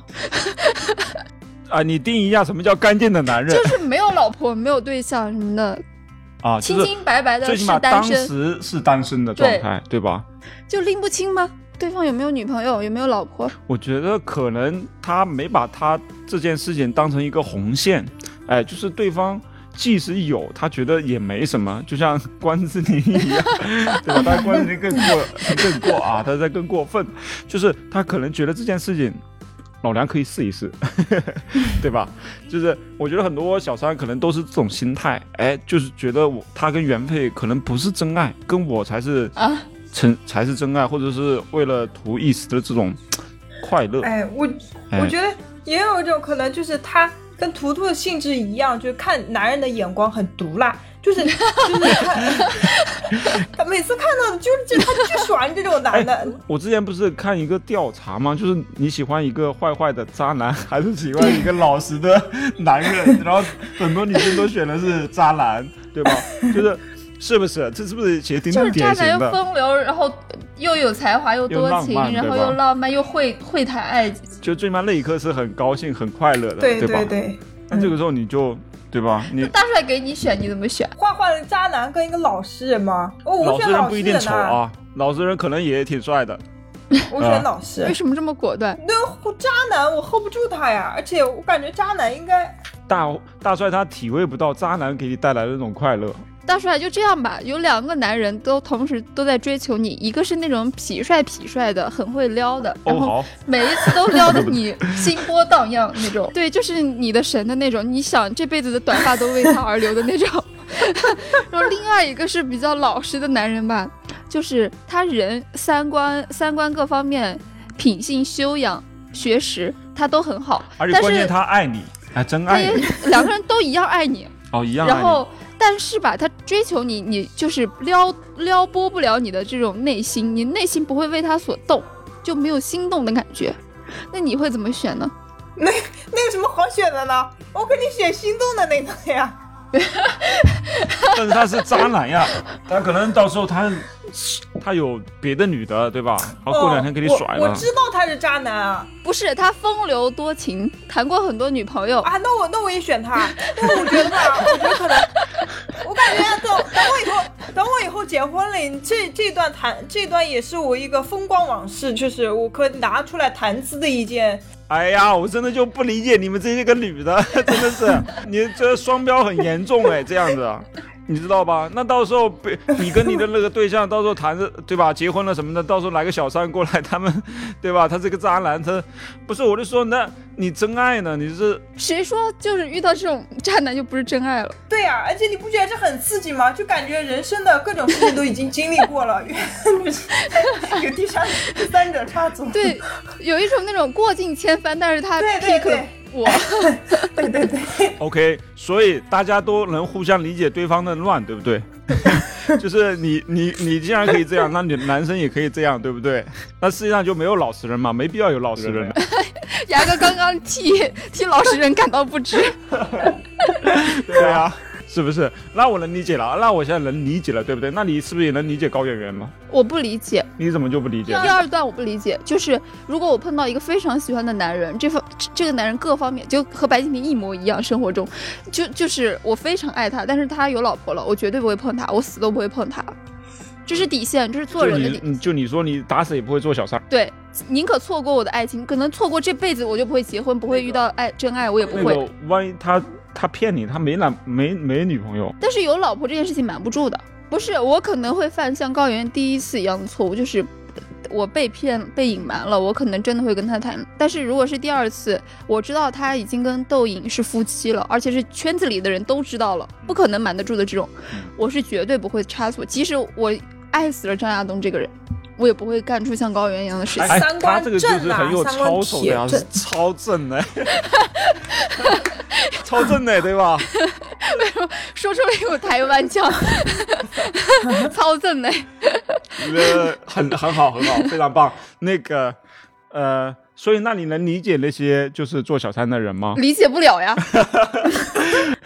A: 啊，你定义一下什么叫干净的男人
B: 就是没有老婆，没有对象什么的，
A: 啊？
B: 清
A: 就是
B: 清白白的
A: 最起
B: 是
A: 码
B: 单
A: 当
B: 身。
A: 时是单身的状态，对吧？
B: 就拎不清吗？对方有没有女朋友，有没有老婆？
A: 我觉得可能他没把他这件事情当成一个红线，哎，就是对方即使有，他觉得也没什么，就像 关之琳一样， 对吧？但关之琳更过更过啊，他在更过分，就是他可能觉得这件事情。老梁可以试一 试，对吧？就是我觉得很多小三可能都是这种心态，哎，就是觉得我他跟原配可能不是真爱，跟我才是
B: 啊
A: 成才是真爱，或者是为了图一时的这种快乐。
C: 哎，我
A: 哎
C: 我觉得也有一种可能，就是他跟图图的性质一样，就是看男人的眼光很毒辣，就是就是看， 他每次看到就是这他就喜欢这种 男的，
A: 我之前不是看一个调查吗？就是你喜欢一个坏坏的渣男，还是喜欢一个老实的男人？然后很多女生都选的是渣男，对吧？就是是不是？这是不是其实挺
B: 就是渣
A: 典
B: 男
A: 型
B: 又
A: 的？
B: 风流，然后又有才华，又多情，
A: 又浪漫
B: 然后
A: 对吧
B: 又浪漫，又会会谈爱情。
A: 就最起码那一刻是很高兴、很快乐的，
C: 对
A: 吧？
C: 对对，
A: 那这个时候你就对吧？你
B: 大帅给你选，你怎么选？
C: 画画的渣男跟一个老实人吗？哦，我
A: 老
C: 选
A: 实人
C: 老
A: 不
C: 实
A: 一定
C: 人
A: 丑
C: 啊，
A: 啊，嗯老实人可能也挺帅的。
C: 我选老实
B: 为。什么这么果断？
C: 那渣男我 hold 不住他呀，而且我感觉渣男应该
A: 大大帅他体会不到渣男给你带来的那种快乐，哦
B: 大帅就这样吧，有两个男人都同时都在追求你，一个是那种痞帅痞帅的，很会撩的，然
A: 哦
B: 后
A: 好，
B: 每一次都撩得你心波荡漾那种， 对，就是你的神的那种，你想这辈子的短发都为他而流的那 种。然后另外一个是比较老实的男人吧，就是他人三观三观各方面、品性修养、学识他都很好，
A: 而且
B: 但
A: 关键
B: 是
A: 他爱你，还真
B: 他
A: 爱
B: 也
A: 你，
B: 两个人都一样爱你，
A: 哦一样爱
B: 然
A: 你。
B: 后，但是吧，他追求你，你就是撩撩拨不了你的这种内心，你内心不会为他所动，就没有心动的感觉。那你会怎么选呢？
C: 那有什么好选的呢？我肯定选心动的那个呀。
A: 但是他是渣男 呀，他可能到时候他他有别的女的，对吧？然哦后过两天给你甩
C: 嗯哦我。
A: 了
C: 我，知道他是渣男啊
B: 不是他风流多情，谈过很多女朋友，
C: 啊，那我那我也选他，因为我觉得吧，我觉得可能，我感觉等等我以后等我以后结婚了，你这这段谈这段也是我一个风光往事，就是我可以拿出来谈资的一件。
A: 哎呀，我真的就不理解你们这些个女的， 真的是你这双标很严重哎，这样子。你知道吧？那到时候被你跟你的那个对象，到时候谈着对吧？结婚了什么的，到时候来个小三过来，他们对吧？他是个渣男，他不是我就说，那你真爱呢？你是
B: 谁说就是遇到这种渣男就不是真爱了？
C: 对呀、而且你不觉得这很刺激吗？就感觉人生的各种事情都已经经历过了，有第三第三者插足。
B: 对， 有一种那种过尽千帆，但是他
C: 对对
B: pick
C: 对
B: 了我，
C: 对对对。
A: OK，所以大家都能互相理解对方的乱，对不对？就是你你你既然可以这样，那你男生也可以这样，对不对？那世界上就没有老实人嘛，没必要有老实人了，
B: 牙哥刚刚替替老实人感到不值。
A: 对啊，是不是？那我能理解了，那我现在能理解了，对不对？那你是不是也能理解高圆圆了？
B: 我不理解，
A: 你怎么就不理解？
B: 第二段我不理解，就是如果我碰到一个非常喜欢的男人，这方这这个男人各方面就和白敬亭一模一样，生活中就就是我非常爱他，但是他有老婆了，我绝对不会碰他，我死都不会碰他，这是底线，这是做
A: 就
B: 人的
A: 你嗯
B: 底。
A: 你就你说你打死也不会做小三，
B: 对，宁可错过我的爱情，可能错过这辈子我就不会结婚，不会遇到爱真爱，我也不
A: 那
B: 会。
A: 个万一他他骗你，他没男没没女朋友，
B: 但是有老婆这件事情瞒不住的，不是我可能会犯像高圆第一次一样的错误，就是我被骗被隐瞒了，我可能真的会跟他谈。但是如果是第二次，我知道他已经跟窦颖是夫妻了，而且是圈子里的人都知道了，不可能瞒得住的这种
A: 嗯，
B: 我是绝对不会插手。即使我爱死了张亚东这个人，我也不会干出像高圆一样的事情。
A: 哎，
C: 三
A: 他
C: 观
A: 这个就是
C: 正啊
A: 很有
C: 三观
A: 操守的呀，
C: 铁
A: 是超正的， 超正的，对吧？
B: 说出了一股台湾腔， 操正嘞！
A: 呃，很很好，很好，非常棒。那个，呃，所以那你能理解那些就是做小三的人吗？
B: 理解不了呀。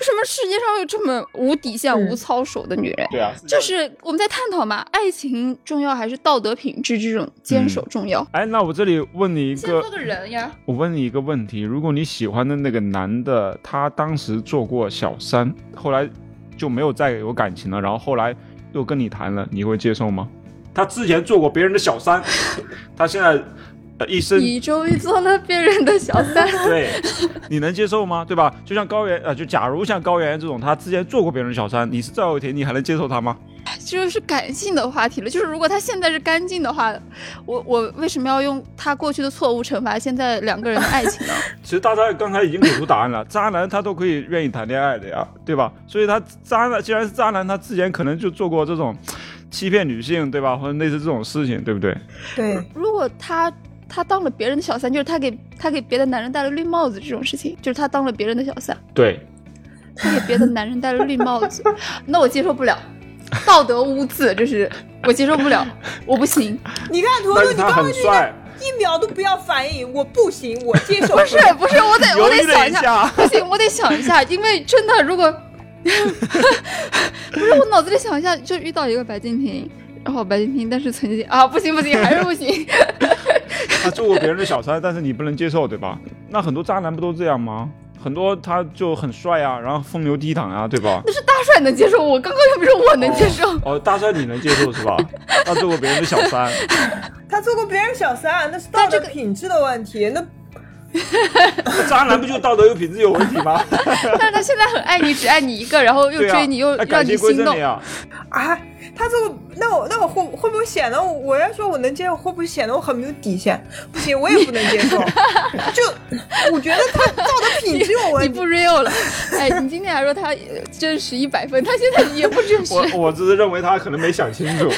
B: 什么世界上有这么无底线、无操守的女人？
A: 对啊，
B: 就是我们在探讨嘛，爱情重要还是道德品质这种坚守重要？
A: 哎，那我这里问你一
B: 嗯先做
A: 个，
B: 个人呀，
A: 我问你一个问题：如果你喜欢的那个男的，他当时做过小三，后来就没有再有感情了，然后后来又跟你谈了，你会接受吗？他之前做过别人的小 三，他现在呃一生
B: 你终于做了别人的小三，
A: 对，你能接受吗？对吧？就像高原啊、呃，就假如像高圆这种，他之前做过别人的小三，你是赵又廷，你还能接受他吗？
B: 这 就是感性的话题了。就是如果他现在是干净的话，我我为什么要用他过去的错误惩罚现在两个人的爱情呢？
A: 其实大家刚才已经给出答案了，渣男他都可以愿意谈恋爱的呀，对吧？所以他渣男既然是渣男，他之前可能就做过这种欺骗女性，对吧？或者类似这种事情，对不对？
C: 对，
B: 如果他。他当了别人的小三，就是他给他给别的男人戴了绿帽子这种事情，就是他当了别人的小三，
E: 对，
B: 他给别的男人戴了绿帽子，那我接受不了，道德污渍，这是我接受不了，我不行，
C: 你看图
E: 但
C: 图，
E: 是
C: 你
E: 他
C: 刚刚
E: 很
C: 就应该
E: 帅，
C: 一秒都不要反应，我不行，我接受
B: 不是不是，我得我
E: 犹
B: 得
E: 豫
B: 想
E: 了
B: 一
E: 一
B: 下，
E: 下，
B: 不行，我得想一下，因为真的，如果 不是我脑子里想一下，就遇到一个白敬亭，然后白敬亭，但是曾经啊，不行不 行，还是不行。
A: 他做过别人的小三，但是你不能接受，对吧？那很多渣男不都这样吗？很多他就很帅啊，然后风流倜傥啊，对吧？
B: 是大帅能接受我，刚刚又不是我能接受。
E: 哦，大帅你能接受是 吧？他做过别人的小三，
C: 他做过别人小三，啊那是道德品质的问题。那
E: 渣男不就道德有品质有问题 吗？
B: 但是他现在很爱你，只爱你一个，然后又
E: 对啊
B: 追你，又
E: 那
B: 让
E: 感
B: 你
E: 情归
B: 心
E: 真
B: 动
E: 了。呀。
C: 啊，他这个，那我那我会会不会显得我我要说我能接受，会不会显得我很没有底线？不行，我也不能接 受。就我觉得他道德品质有
B: 你
C: 问题
B: 不。real 了，哎，你今天还说他呃真实一百分，他现在也不真实。
E: 我我只是认为他可能没想清 楚，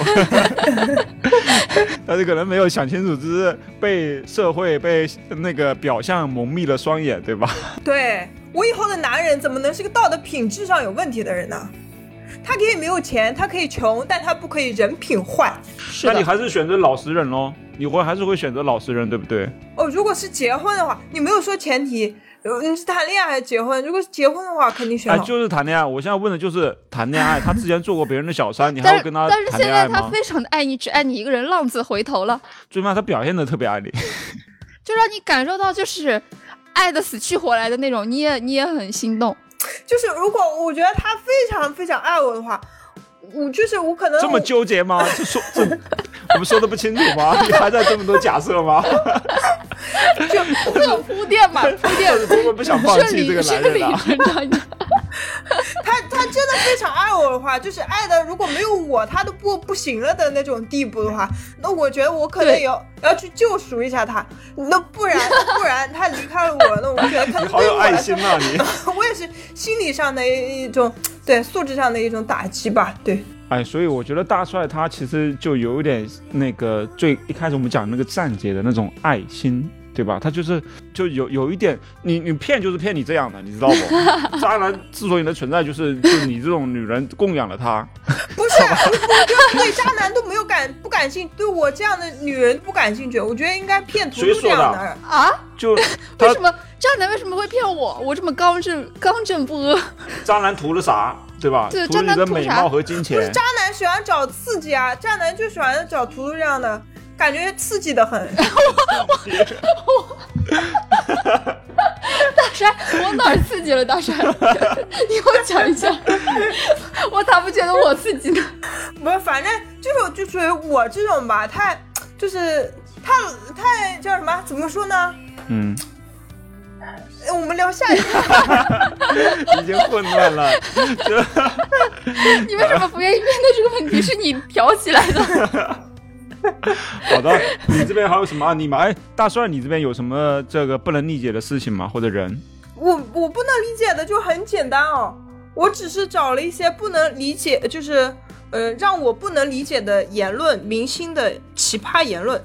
A: 但是可能没有想清楚，只是被社会、被那个表象蒙蔽了双眼，对吧？
C: 对我以后的男人怎么能是个道德品质上有问题的人呢？他可以没有钱，他可以穷，但他不可以人品坏。
B: 是
E: 那
A: 那
E: 你
A: 你
E: 还
A: 还是选择老实人喽，你会还是会选择老实人，对不对？
C: 哦，如果是结婚的话，你没有说前提，呃你是谈恋爱还是结婚？如果是结婚的话，肯定选
A: 哎，
C: 老。
A: 就是谈恋爱。我现在问的就是谈恋爱，他之前做过别人的小三，你还
B: 但
A: 会
B: 是
A: 跟他
B: 但是
A: 谈
B: 现
A: 恋
B: 在
A: 爱
B: 他
A: 吗？
B: 非常的爱你，只爱你一个人，浪子回头了。
A: 最起码他表现的特别爱你。
B: 嗯就让你感受到就是爱的死去活来的那种，你也你也很 心动。
C: 就是如果我觉得他非常非常爱我的话，我就是我可能
A: 这么纠结 吗？这说这我们说的不清楚吗？你还在这么多假设吗？
C: 就
B: 会有铺垫吧，铺垫
A: 但。是我 不想放
B: 顺
A: 弃
B: 理
A: 这个男
B: 顺理
A: 人啊。
B: 成章。
C: 他他真的非常爱我的话，就是爱的如果没有我他都不不行了的那种地步的话，那我觉得我可能
B: 对
C: 也要要去救赎一下他，那不然不然他离开了我，那我觉得可
E: 你
C: 能
E: 好
C: 对
E: 有
C: 我
E: 爱
C: 来说
E: 心，呐、你。
C: 我也是心理上的一一种对素质上的一种打击吧，对。
A: 哎，所以我觉得大帅他其实就有一点那个最一开始我们讲那个站姐的那种爱心。对吧？他就是就有有一点，你你骗就是骗你这样的，你知道不？渣男之所以能存在，就是就你这种女人供养了他，
C: 不是，啊我就对渣男都没有感不感兴，对我这样的女人不感兴趣。我觉得应该骗图
E: 谁
C: 图这
E: 说
C: 样
E: 的
C: 的人。
B: 啊？
A: 就
B: 为
A: 他
B: 什么渣男为什么会骗我？我这么刚正刚正不阿，
E: 渣男图了啥，对吧？
B: 对
A: 图
B: 渣
A: 你
B: 男
A: 的
B: 图
A: 美
B: 啥
A: 貌和金钱。
C: 渣男喜欢找刺激啊，渣男就喜欢找图图这样的，感觉刺激的很。
B: 大帅，我哪儿刺激了大帅？ 你给我讲一下，我咋不觉得我刺激呢？
C: 不是，反正就是就属于我这种吧，太就是太太叫什么？怎么说呢？
A: 嗯，
C: 呃我们聊下一个。
E: 已经混乱了。
B: 你为什么不愿意面对这个问题？是你挑起来的。
A: 好的，
E: 你这边还有什么案例吗？哎
A: 哎，大帅，你这边有什么这个不能理解的事情吗？或者人？
C: 我我不能理解的就很简单哦，我只是找了一些不能理解，就是呃让我不能理解的言论，明星的奇葩言论，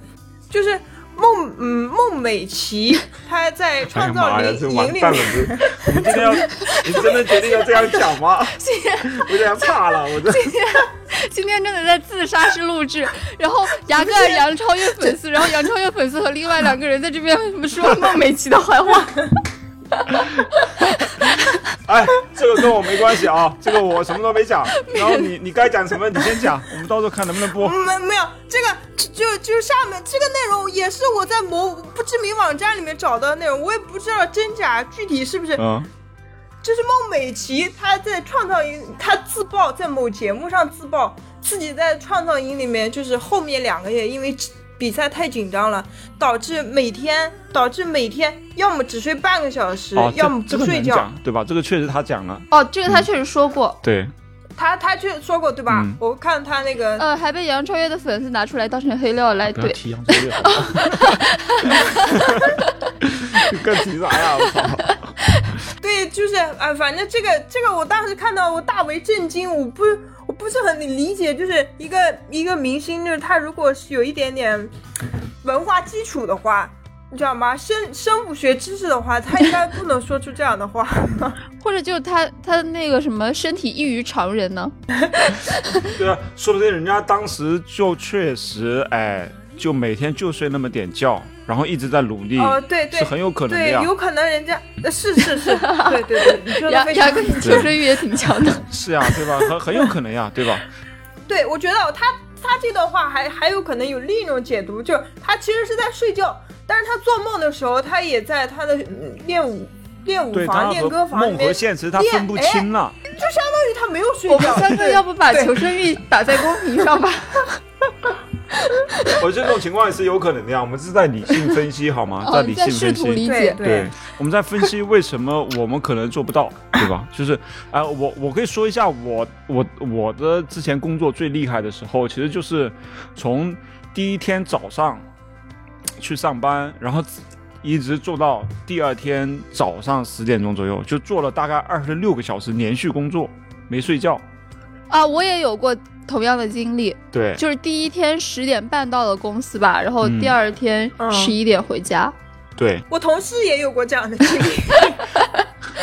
C: 就是孟嗯孟美岐她在
A: 哎
C: 创
A: 呀
C: 造
A: 营
C: 营
A: 这
C: 引
A: 完
C: 领
E: 蛋了，你我们今天要，你真的决定要这样讲 吗？
C: 啊
E: 我有点怕了，我这
B: 今天真的在自杀式录制， 然后牙盖尔、杨超越粉丝，然后杨超越粉丝和另外两个人在这边说孟美岐的坏话，
E: 哎，这个跟我没关系啊，这个我什么都没 讲。然后你你该讲什么你先讲，我们到时候看能不能播。
C: 没没有这个就就下面这个内容也是我在某不知名网站里面找到的内容，我也不知道真假具体是不是。
A: 嗯，
C: 就是孟美岐，她在创造营，她自曝在某节目上自曝自己在创造营里面，就是后面两个月因为比赛太紧张了，导致每天导致每天要么只睡半个小时，
A: 哦，
C: 要么
A: 这这
C: 不
A: 个
C: 睡
A: 能
C: 觉。
A: 讲对吧？这个确实他讲了，
B: 哦，这个他确实说过，
A: 对，
C: 她她却说过对吧？
A: 嗯
C: 我看她那个，
B: 呃，还被杨超越的粉丝拿出来当成黑料来
A: 不要
B: 怼。
A: 提杨超越好吗，
E: 更提啥哎呀？我操！
C: 对，就是啊、呃反正这个这个我当时看到我大为震惊，我不我不是很理解，就是一个一个明星，就是他如果是有一点点。文化基础的话，你知道吗？生生物学知识的话，他应该不能说出这样 的话。
B: 或者就他他那个什么身体异于常人呢？
E: 对啊，说不定人家当时就确实哎，就每天就睡那么点觉，然后一直在努力，
C: 哦，对对
E: 是很有可能的
C: 对
E: 呀，。
C: 有可能人家呃是是是，对对对，你说的
B: 牙
C: 非
B: 牙
C: 常
B: 哥，你求生欲也挺强 的。
E: 是呀，对吧？很很有可能呀，对吧？
C: 对，我觉得他他这段话还还有可能有另一种解读，就他其实是在睡觉，但是他做梦的时候，他也在他的嗯练舞练舞
E: 对
C: 房、
E: 他
C: 练
E: 和
C: 歌房里
E: 梦和
C: 面，
E: 现实他分
B: 哎
E: 不清啊了。
C: 就相当于他没有睡
B: 我们
C: 觉。
B: 三个要不把
C: 对
B: 求生欲打在公屏上吧？
E: 我哦觉得这种情况也是有可能的呀。我们是在理性分析好吗？
B: 哦
E: 在理性
B: 在试
E: 分
B: 图理
E: 析。
C: 对
B: 解。
E: 对
C: 对，，
E: 我们在分析为什么我们可能做不到，对吧？就是，哎、我我可以说一下我我我的之前工作最厉害的时候，其实就是从第一天早上去上班，然后一直做到第二天早上十点钟左右，就做了大概二十六个小时连续工作，没睡觉。
B: 啊，我也有过同样的经历，
E: 对，
B: 就是第一天十点半到了公司吧，然后
E: 嗯
B: 第二天
C: 嗯
B: 十一点回家。
E: 对，
C: 我同事也有过这样的经历。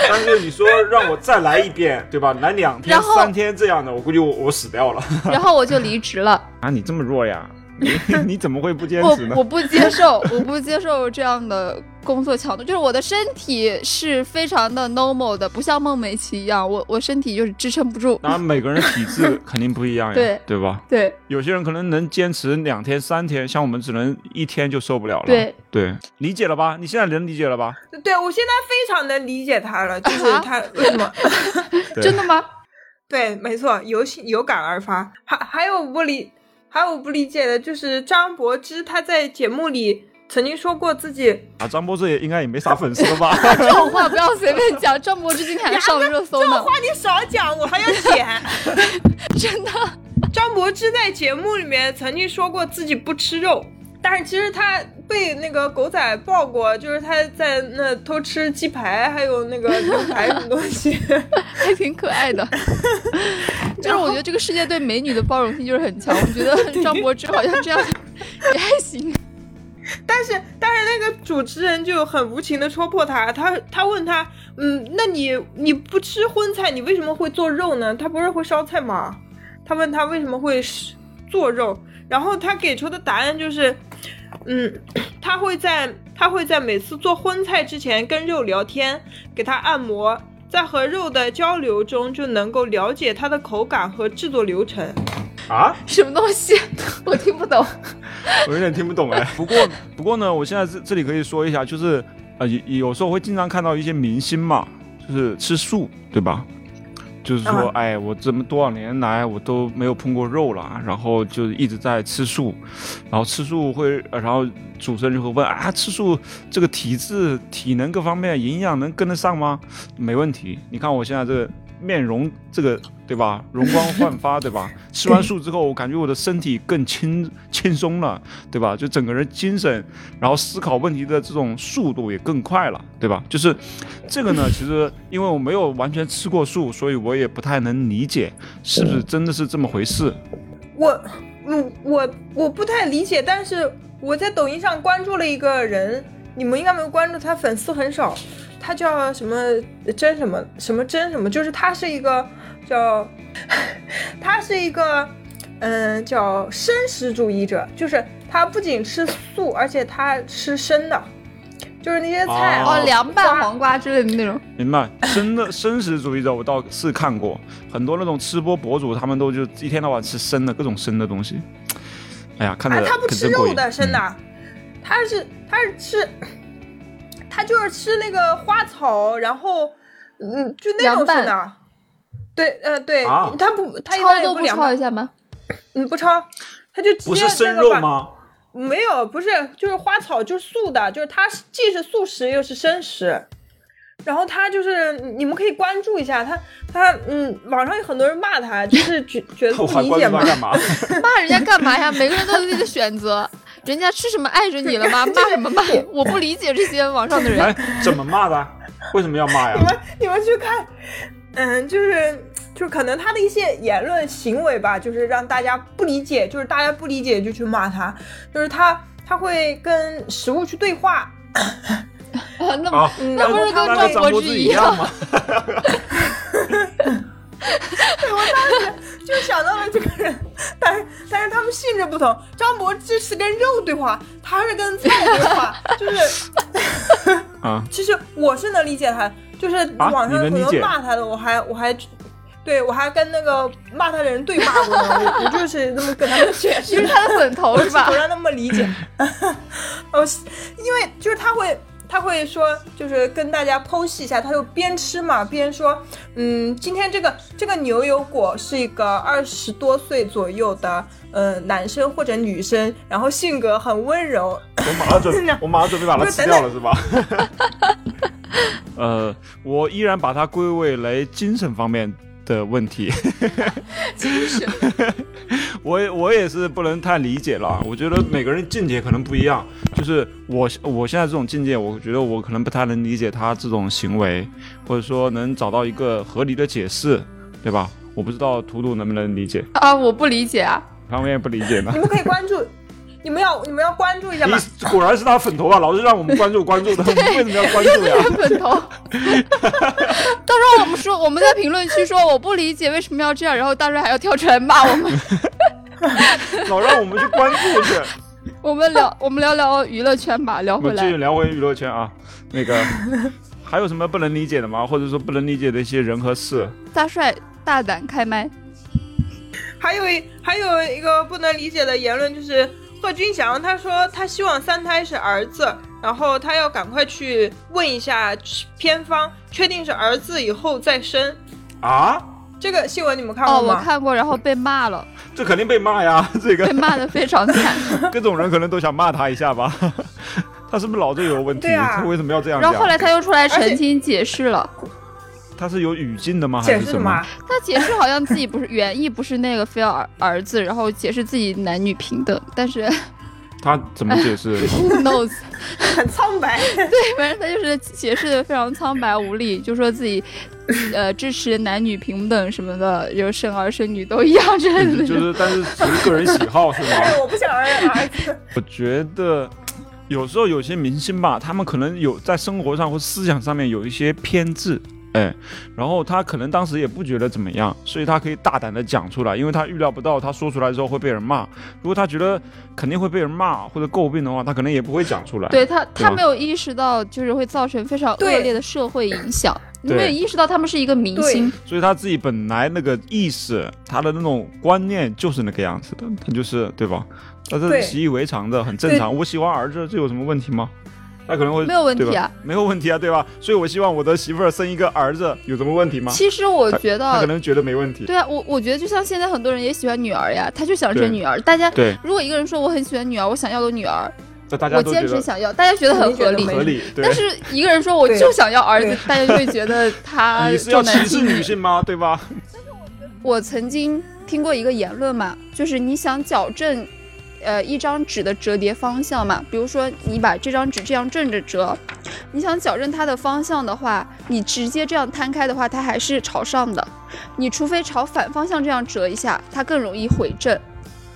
E: 但是你说让我再来一遍，对吧？来两天
B: 然、后
E: 三天这样的，我估计我我死掉了。
B: 然后我就离职了，
A: 啊，你这么弱 呀？你你怎么会不坚
B: 我
A: 持呢？
B: 我不接受，我不接受这样的工作强度，就是我的身体是非常的 normal 的，不像孟美岐一样，我我身体就是支撑不住。
A: 当然，每个人体 质肯定不一样呀，
B: 对
A: 对吧？
B: 对
A: 有些人可能能坚持两天、三天，像我们只能一天就受不了了。
B: 对，
A: 理解了吧？你现在能理解了吧？
C: 对，我现在非常能理解他了，就是
B: 啊
C: 他为什么。
E: 对
B: 真的吗？
C: 对，没错，有心有感而发。还还有不理，还有不理解的就是张柏芝，她在节目里曾经说过自己
A: 啊，张柏芝也应该也没啥粉丝了吧？
B: 这种话不要随便讲，张柏芝今天还上了热搜
C: 这种
B: 呢，
C: 话你少讲，我还要剪。
B: 真的。
C: 张柏芝在节目里面曾经说过自己不吃肉，但是其实她被那个狗仔曝过，就是她在那偷吃鸡排，还有那个牛排什么东西。
B: 还挺可爱的。 就是我觉得这个世界对美女的包容性就是很强，我觉得张柏芝好像这样也还行。
C: 但是但是那个主持人就很无情的戳破他，他他问他，嗯，那你你不吃荤菜，你为什么会做肉呢？他不是会烧菜吗？他问他为什么会是做肉，然后他给出的答案就是，嗯， 他会在他会在每次做荤菜之前跟肉聊天，给他按摩，在和肉的交流中就能够了解它的口感和制作流程。
E: 啊，
B: 什么东西？ 我听不懂。
E: 我有点听不懂哎。
A: 不过不过呢，我现在这这里可以说一下，就是呃，有有时候会经常看到一些明星嘛，就是吃素，对吧？就是说，
C: 嗯
A: 哎，我这么多少年来我都没有碰过肉了，然后就一直在吃素，然后吃素会，呃然后主持人就会问啊，吃素这个体质、体能各方面营养能跟得上吗？没问题，你看我现在这个面容，这个对吧，容光焕发，对吧？吃完素之后，我感觉我的身体更轻轻松了，对吧？就整个人精神，然后思考问题的这种速度也更快了，对吧？就是这个呢，其实因为我没有完全吃过素，所以我也不太能理解是不是真的是这么回事。
C: 我，嗯，我我不太理解，但是我在抖音上关注了一个人，你们应该没有关注他，粉丝很少。他叫什么真什么什么真什么，就是他是一个叫， 他是一个，嗯，叫生食主义者，就是他不仅吃素，而且他吃生的，就是那些菜啊
E: 哦
B: 哦，凉拌黄瓜之类的那种。
A: 明白，生的 生食主义者我倒是看过，很多那种吃播博主，他们都就一天到晚吃生的各种生的东西。哎呀，看着
C: 啊，他不
A: 可
C: 吃
A: 真过
C: 肉
A: 瘾嗯
C: 的，生的，
E: 嗯
C: 他是他是吃，他就是吃那个花草，然后嗯，就那
B: 凉
C: 种
B: 拌
C: 生的。对，呃，对，
E: 啊
C: 他不，他一
B: 焯
C: 般也
B: 都
C: 不
B: 不
C: 凉
B: 焯
C: 拌
B: 一，下吗？
C: 嗯，不焯，他就直
E: 不
C: 接
E: 是生
C: 那个
E: 肉
C: 把？
E: 吗？
C: 没有，不是，就是花草，就是素的，就是它是既是素食又是生食。然后他就是，你们可以关注一下他，他嗯，网上有很多人骂他，就是觉觉得
E: 我
C: 不
E: 还
C: 理
E: 关
C: 解
E: 注
C: 嘛
E: 他。干嘛？
B: 骂人家干嘛呀？每个人都有自己的选择。人家吃什么碍着你了吗？骂什么骂？我不 理解这些网上的人。
E: 哎，怎么骂的？为什么要骂呀？
C: 你们去看，嗯，就是就是可能他的一些言论行为吧，就是让大家不理解，就是大家不理解就去骂他，就是他他会跟食物去对话，
B: 啊，那
A: 啊
C: 嗯，
B: 那
C: 然
B: 不
C: 后
B: 是
C: 他
B: 跟
C: 会
B: 张
A: 张
B: 柏
A: 柏
B: 芝
A: 芝
B: 一
A: 一
B: 样
A: 样吗？
C: 就想到了这个人，但是但是他们性质不同，张柏芝是跟肉对话，他是跟菜对话，就是
A: 啊，
C: 其实我是能理解他，就是
A: 啊
C: 网
A: 你能
C: 上很
A: 理
C: 多
A: 解
C: 骂他的，我还我还。对，我还跟那个骂他的人对骂过呢，我我就是这么跟他们解释
B: 就是他的粉头是吧
C: 不？让那么理 解。哦，因为就是他会，他会说，就是跟大家剖析一下，他就边吃嘛边说，嗯，今天这个这个牛油果是一个二十多岁左右的，呃，男生或者女生，然后性格很温柔，
A: 我马上准，我马上准备把它
C: 不是
A: 吃掉了，是吧？ 呃，我依然把它归为来精神方面的问题，
B: 精神
A: 我也我也是不能太理解了。我觉得每个人境界可能不一样，就是我我现在这种境界，我觉得我可能不太能理解他这种行为，或者说能找到一个合理的解释，对吧？我不知道图图能不能理解，
B: 啊，我不理解啊。
A: 他们也不理解呢
C: 你。们可以关注， 你们要你们要关注一下嘛。
A: 你果然是他粉头啊，老是让我们关注关注的，我们为什么要关注呀？
B: 粉头。到时候我们说我们在评论区说我不理解为什么要这样，然后大帅还要跳出来骂我们。
A: 老让我们去关注去。
B: 我们聊我们聊聊娱乐圈吧，聊
A: 我
B: 回
A: 们继续
B: 来。
A: 聊回娱乐圈啊，那个还有什么不能理解的吗？或者说不能理解的一些人和事？
B: 大帅大胆开麦，
C: 还有一还有一个不能理解的言论就是贺军翔，他说他希望三胎是儿子，然后他要赶快去问一下偏方，确定是儿子以后再生。
A: 啊，
C: 这个新闻你们看
B: 哦，
C: 过
B: 我
C: 吗？
B: 看过，然后被骂了，
A: 这肯定被骂呀！ 这
B: 被
A: 个
B: 骂的非常惨。
A: 各种人可能都想骂他一下吧。 他是不是脑子有问题？
C: 对啊
A: 他为什么要这样
B: 然后后
A: 讲？
B: 来他又出来
C: 而
B: 澄
C: 且
B: 清解释了，
A: 他是有语境的吗？还
C: 解
A: 是
C: 释什
A: 什
C: 么
A: 么
C: 啊？？
B: 他解释好像自己不是原意不是那个非要儿儿子，然后解释自己男女平等，但是
A: 他怎么解 释？
B: who knows
C: 很 苍白。
B: 反正他就是解释的非常苍白无力，就说自己 呃支持男女平等什么的，就生儿生女都一样之类的。
A: 就是，但是只是个人喜好是吗？
C: 哎，
B: 哦
C: 我不想儿儿子。
A: 我觉得有时候有些明星吧，他们可能有在生活上或思想上面有一些偏执，哎，然后他可能当时也不觉得怎么样，所以他可以大胆的讲出来，因为他预料不到他说出来之后会被人骂。如果他觉得肯定会被人骂或者诟病的话，他可能也不会讲出来。
B: 对他，
A: 对吧
B: 他没有意识到，就是会造成非常恶
C: 对
B: 劣的社会影响。你
A: 对
B: 没有意识到他们是一个明星，
A: 所以他自己本来那个意识，他的那种观念就是那个样子的，他就是对吧？他
C: 对
A: 是习以为常的，很正常。我喜欢儿子，这有什么问题吗？他可能会
B: 没有问题啊
A: 对吧 没有问题啊，对吧？所以我希望我的媳妇儿生一个儿子，有什么问题吗？
B: 其实我觉
A: 他可
B: 得，
A: 能觉得没问题。
B: 对啊，我我觉得就像现在很多人也喜欢女儿呀，他就想
A: 对
B: 生女儿。大家
A: 对，
B: 如果一个人说我很喜欢女儿，我想要个女儿，
A: 那大
B: 我
A: 家都觉
B: 坚持
A: 得
B: 想要，大家觉得很
C: 你觉
B: 合
C: 得
B: 理。
C: 没
A: 合理，对
B: 但。是一个人说我
C: 对
B: 就想要儿子
C: 对，
B: 大家就会觉 得他
A: 你是要
B: 重呃男
A: 歧
B: 轻
A: 视
B: 女。
A: 女性吗？对吧？
B: 我曾经听过一个言论嘛，就是你想矫正，呃，一张纸的折叠方向嘛，比如说你把这张纸这样正着折，你想矫正它的方向的话，你直接这样摊开的话，它还是朝上的，你除非朝反方向这样折一下，它更容易回正。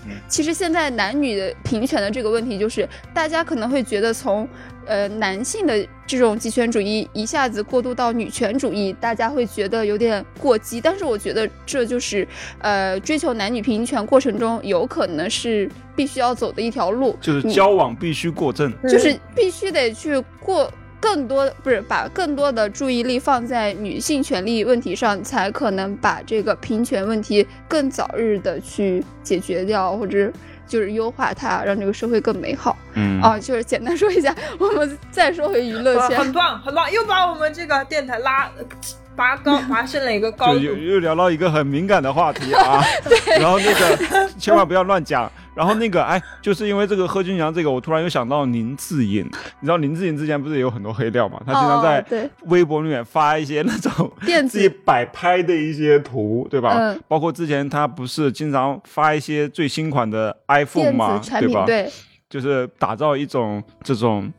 A: 嗯
B: 其实现在男女的平权的这个问题，就是大家可能会觉得从呃男性的这种极权主义一下子过渡到女权主义，大家会觉得有点过激。但是我觉得这就是呃追求男女平权过程中有可能是必须要走的一条路，
A: 就是
B: 你
A: 交往必须过正，
B: 就是必须得去过更多，不是把更多的注意力放在女性权利问题上，才可能把这个平权问题更早日的去解决掉，或者就是优化它，让这个社会更美好。
A: 嗯
B: 啊，就是简单说一下，我们再说回娱乐
C: 呃
B: 圈
C: 很。棒，很棒，又把我们这个电台拉 拔 高，拔升了一个
A: 就
C: 高度。
A: 又又聊到一个很敏感的话题啊， 然后那个千万不要乱讲。然后那个哎，就是因为这个贺军翔这个，我突然又想到林志颖。你知道林志颖之前不是也有很多黑料嘛？他经常
B: 哦
A: 在
B: 对
A: 微博里面发一些那种
B: 电
A: 自己
B: 子
A: 摆拍的一些图，对吧？
B: 嗯
A: 包括之前他不是经常发一些最新款的 iPhone
B: 电
A: 嘛
B: 子，产
A: 对
B: 品
A: 吧？
B: 对，
A: 就是打造一种这种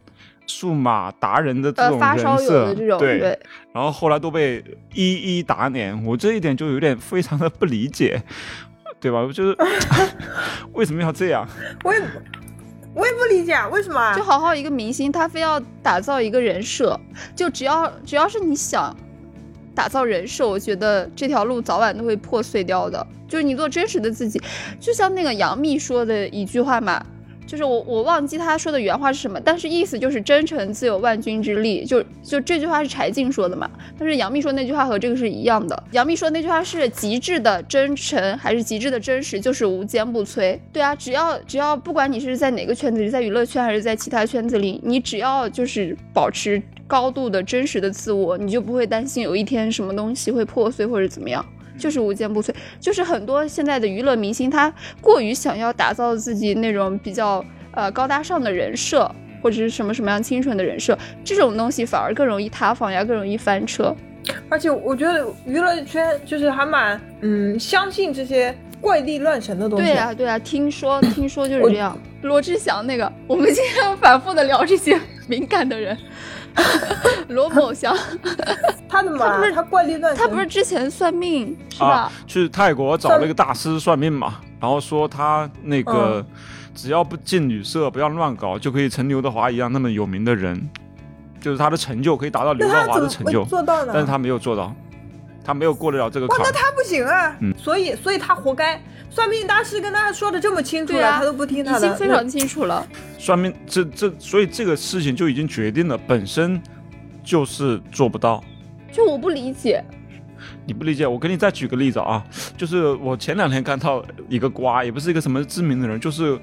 A: 数码达人的这
B: 呃
A: 种
B: 发烧
A: 人
B: 友的
A: 设，
B: 这种，
A: 对，
B: 对，
A: 然后后来都被一一打脸，我这一点就有点非常的不理解， 对吧？就是 为什么要这样？
C: 我也我也不理解为什么啊
B: 就？好好一个明星，他非要打造一个人设，就只要只要是你想打造人设，我觉得这条路早晚都会破碎掉的。就是你做真实的自己，就像那个杨幂说的一句话嘛，就是我我忘记她说的原话是什么，但是意思就是真诚自有万钧之力。就就这句话是柴静说的嘛，但是杨幂说那句话和这个是一样的。杨幂说那句话是极致的真诚还是极致的真实，就是无坚不摧。对啊，只要只要不管你是在哪个圈子里，在娱乐圈还是在其他圈子里，你只要就是保持高度的真实的自我，你就不会担心有一天什么东西会破碎或者怎么样。就是无坚不摧，就是很多现在的娱乐明星，他过于想要打造自己那种比较呃高大上的人设，或者是什么什么样清纯的人设，这种东西反而更容易塌房呀，更容易翻车。
C: 而且我觉得娱乐圈就是还蛮嗯相信这些怪力乱神的东西。啊
B: 对啊呀、对呀、听说听说就是
C: 我
B: 这样。罗志祥那个，我们经常反复的聊这些敏感的人。罗某祥，
C: 他怎么了
B: 他不是
C: 他怪力乱神？
B: 他不是之前算命是吧
A: 啊？，去泰国找了一个大师算命嘛，然后说他那个
C: 嗯
A: 只要不进女色，不要乱搞，就可以成刘德华一样那么有名的人，就是他的成就可以达到刘
C: 那
A: 德
C: 他
A: 华
C: 怎
A: 的
C: 么
A: 成就
C: 会，做到呢？
A: 但是他没有做到，他没有过得了这个
C: 哇，
A: 坎
C: 那。他不行啊！
A: 嗯
C: 所以所以他活该。算命大师跟他说的这么清楚
B: 对
C: 了，
B: 啊
C: 他都不听他
B: 已
C: 的。
B: 经非常清楚了。
A: 算命这这，所以这个事情就已经决定了，本身就是做不到。
B: 就我不理解，
A: 你不理解，我给你再举个例子啊，就是我前两天看到一个瓜，也不是一个什么知名的人，就是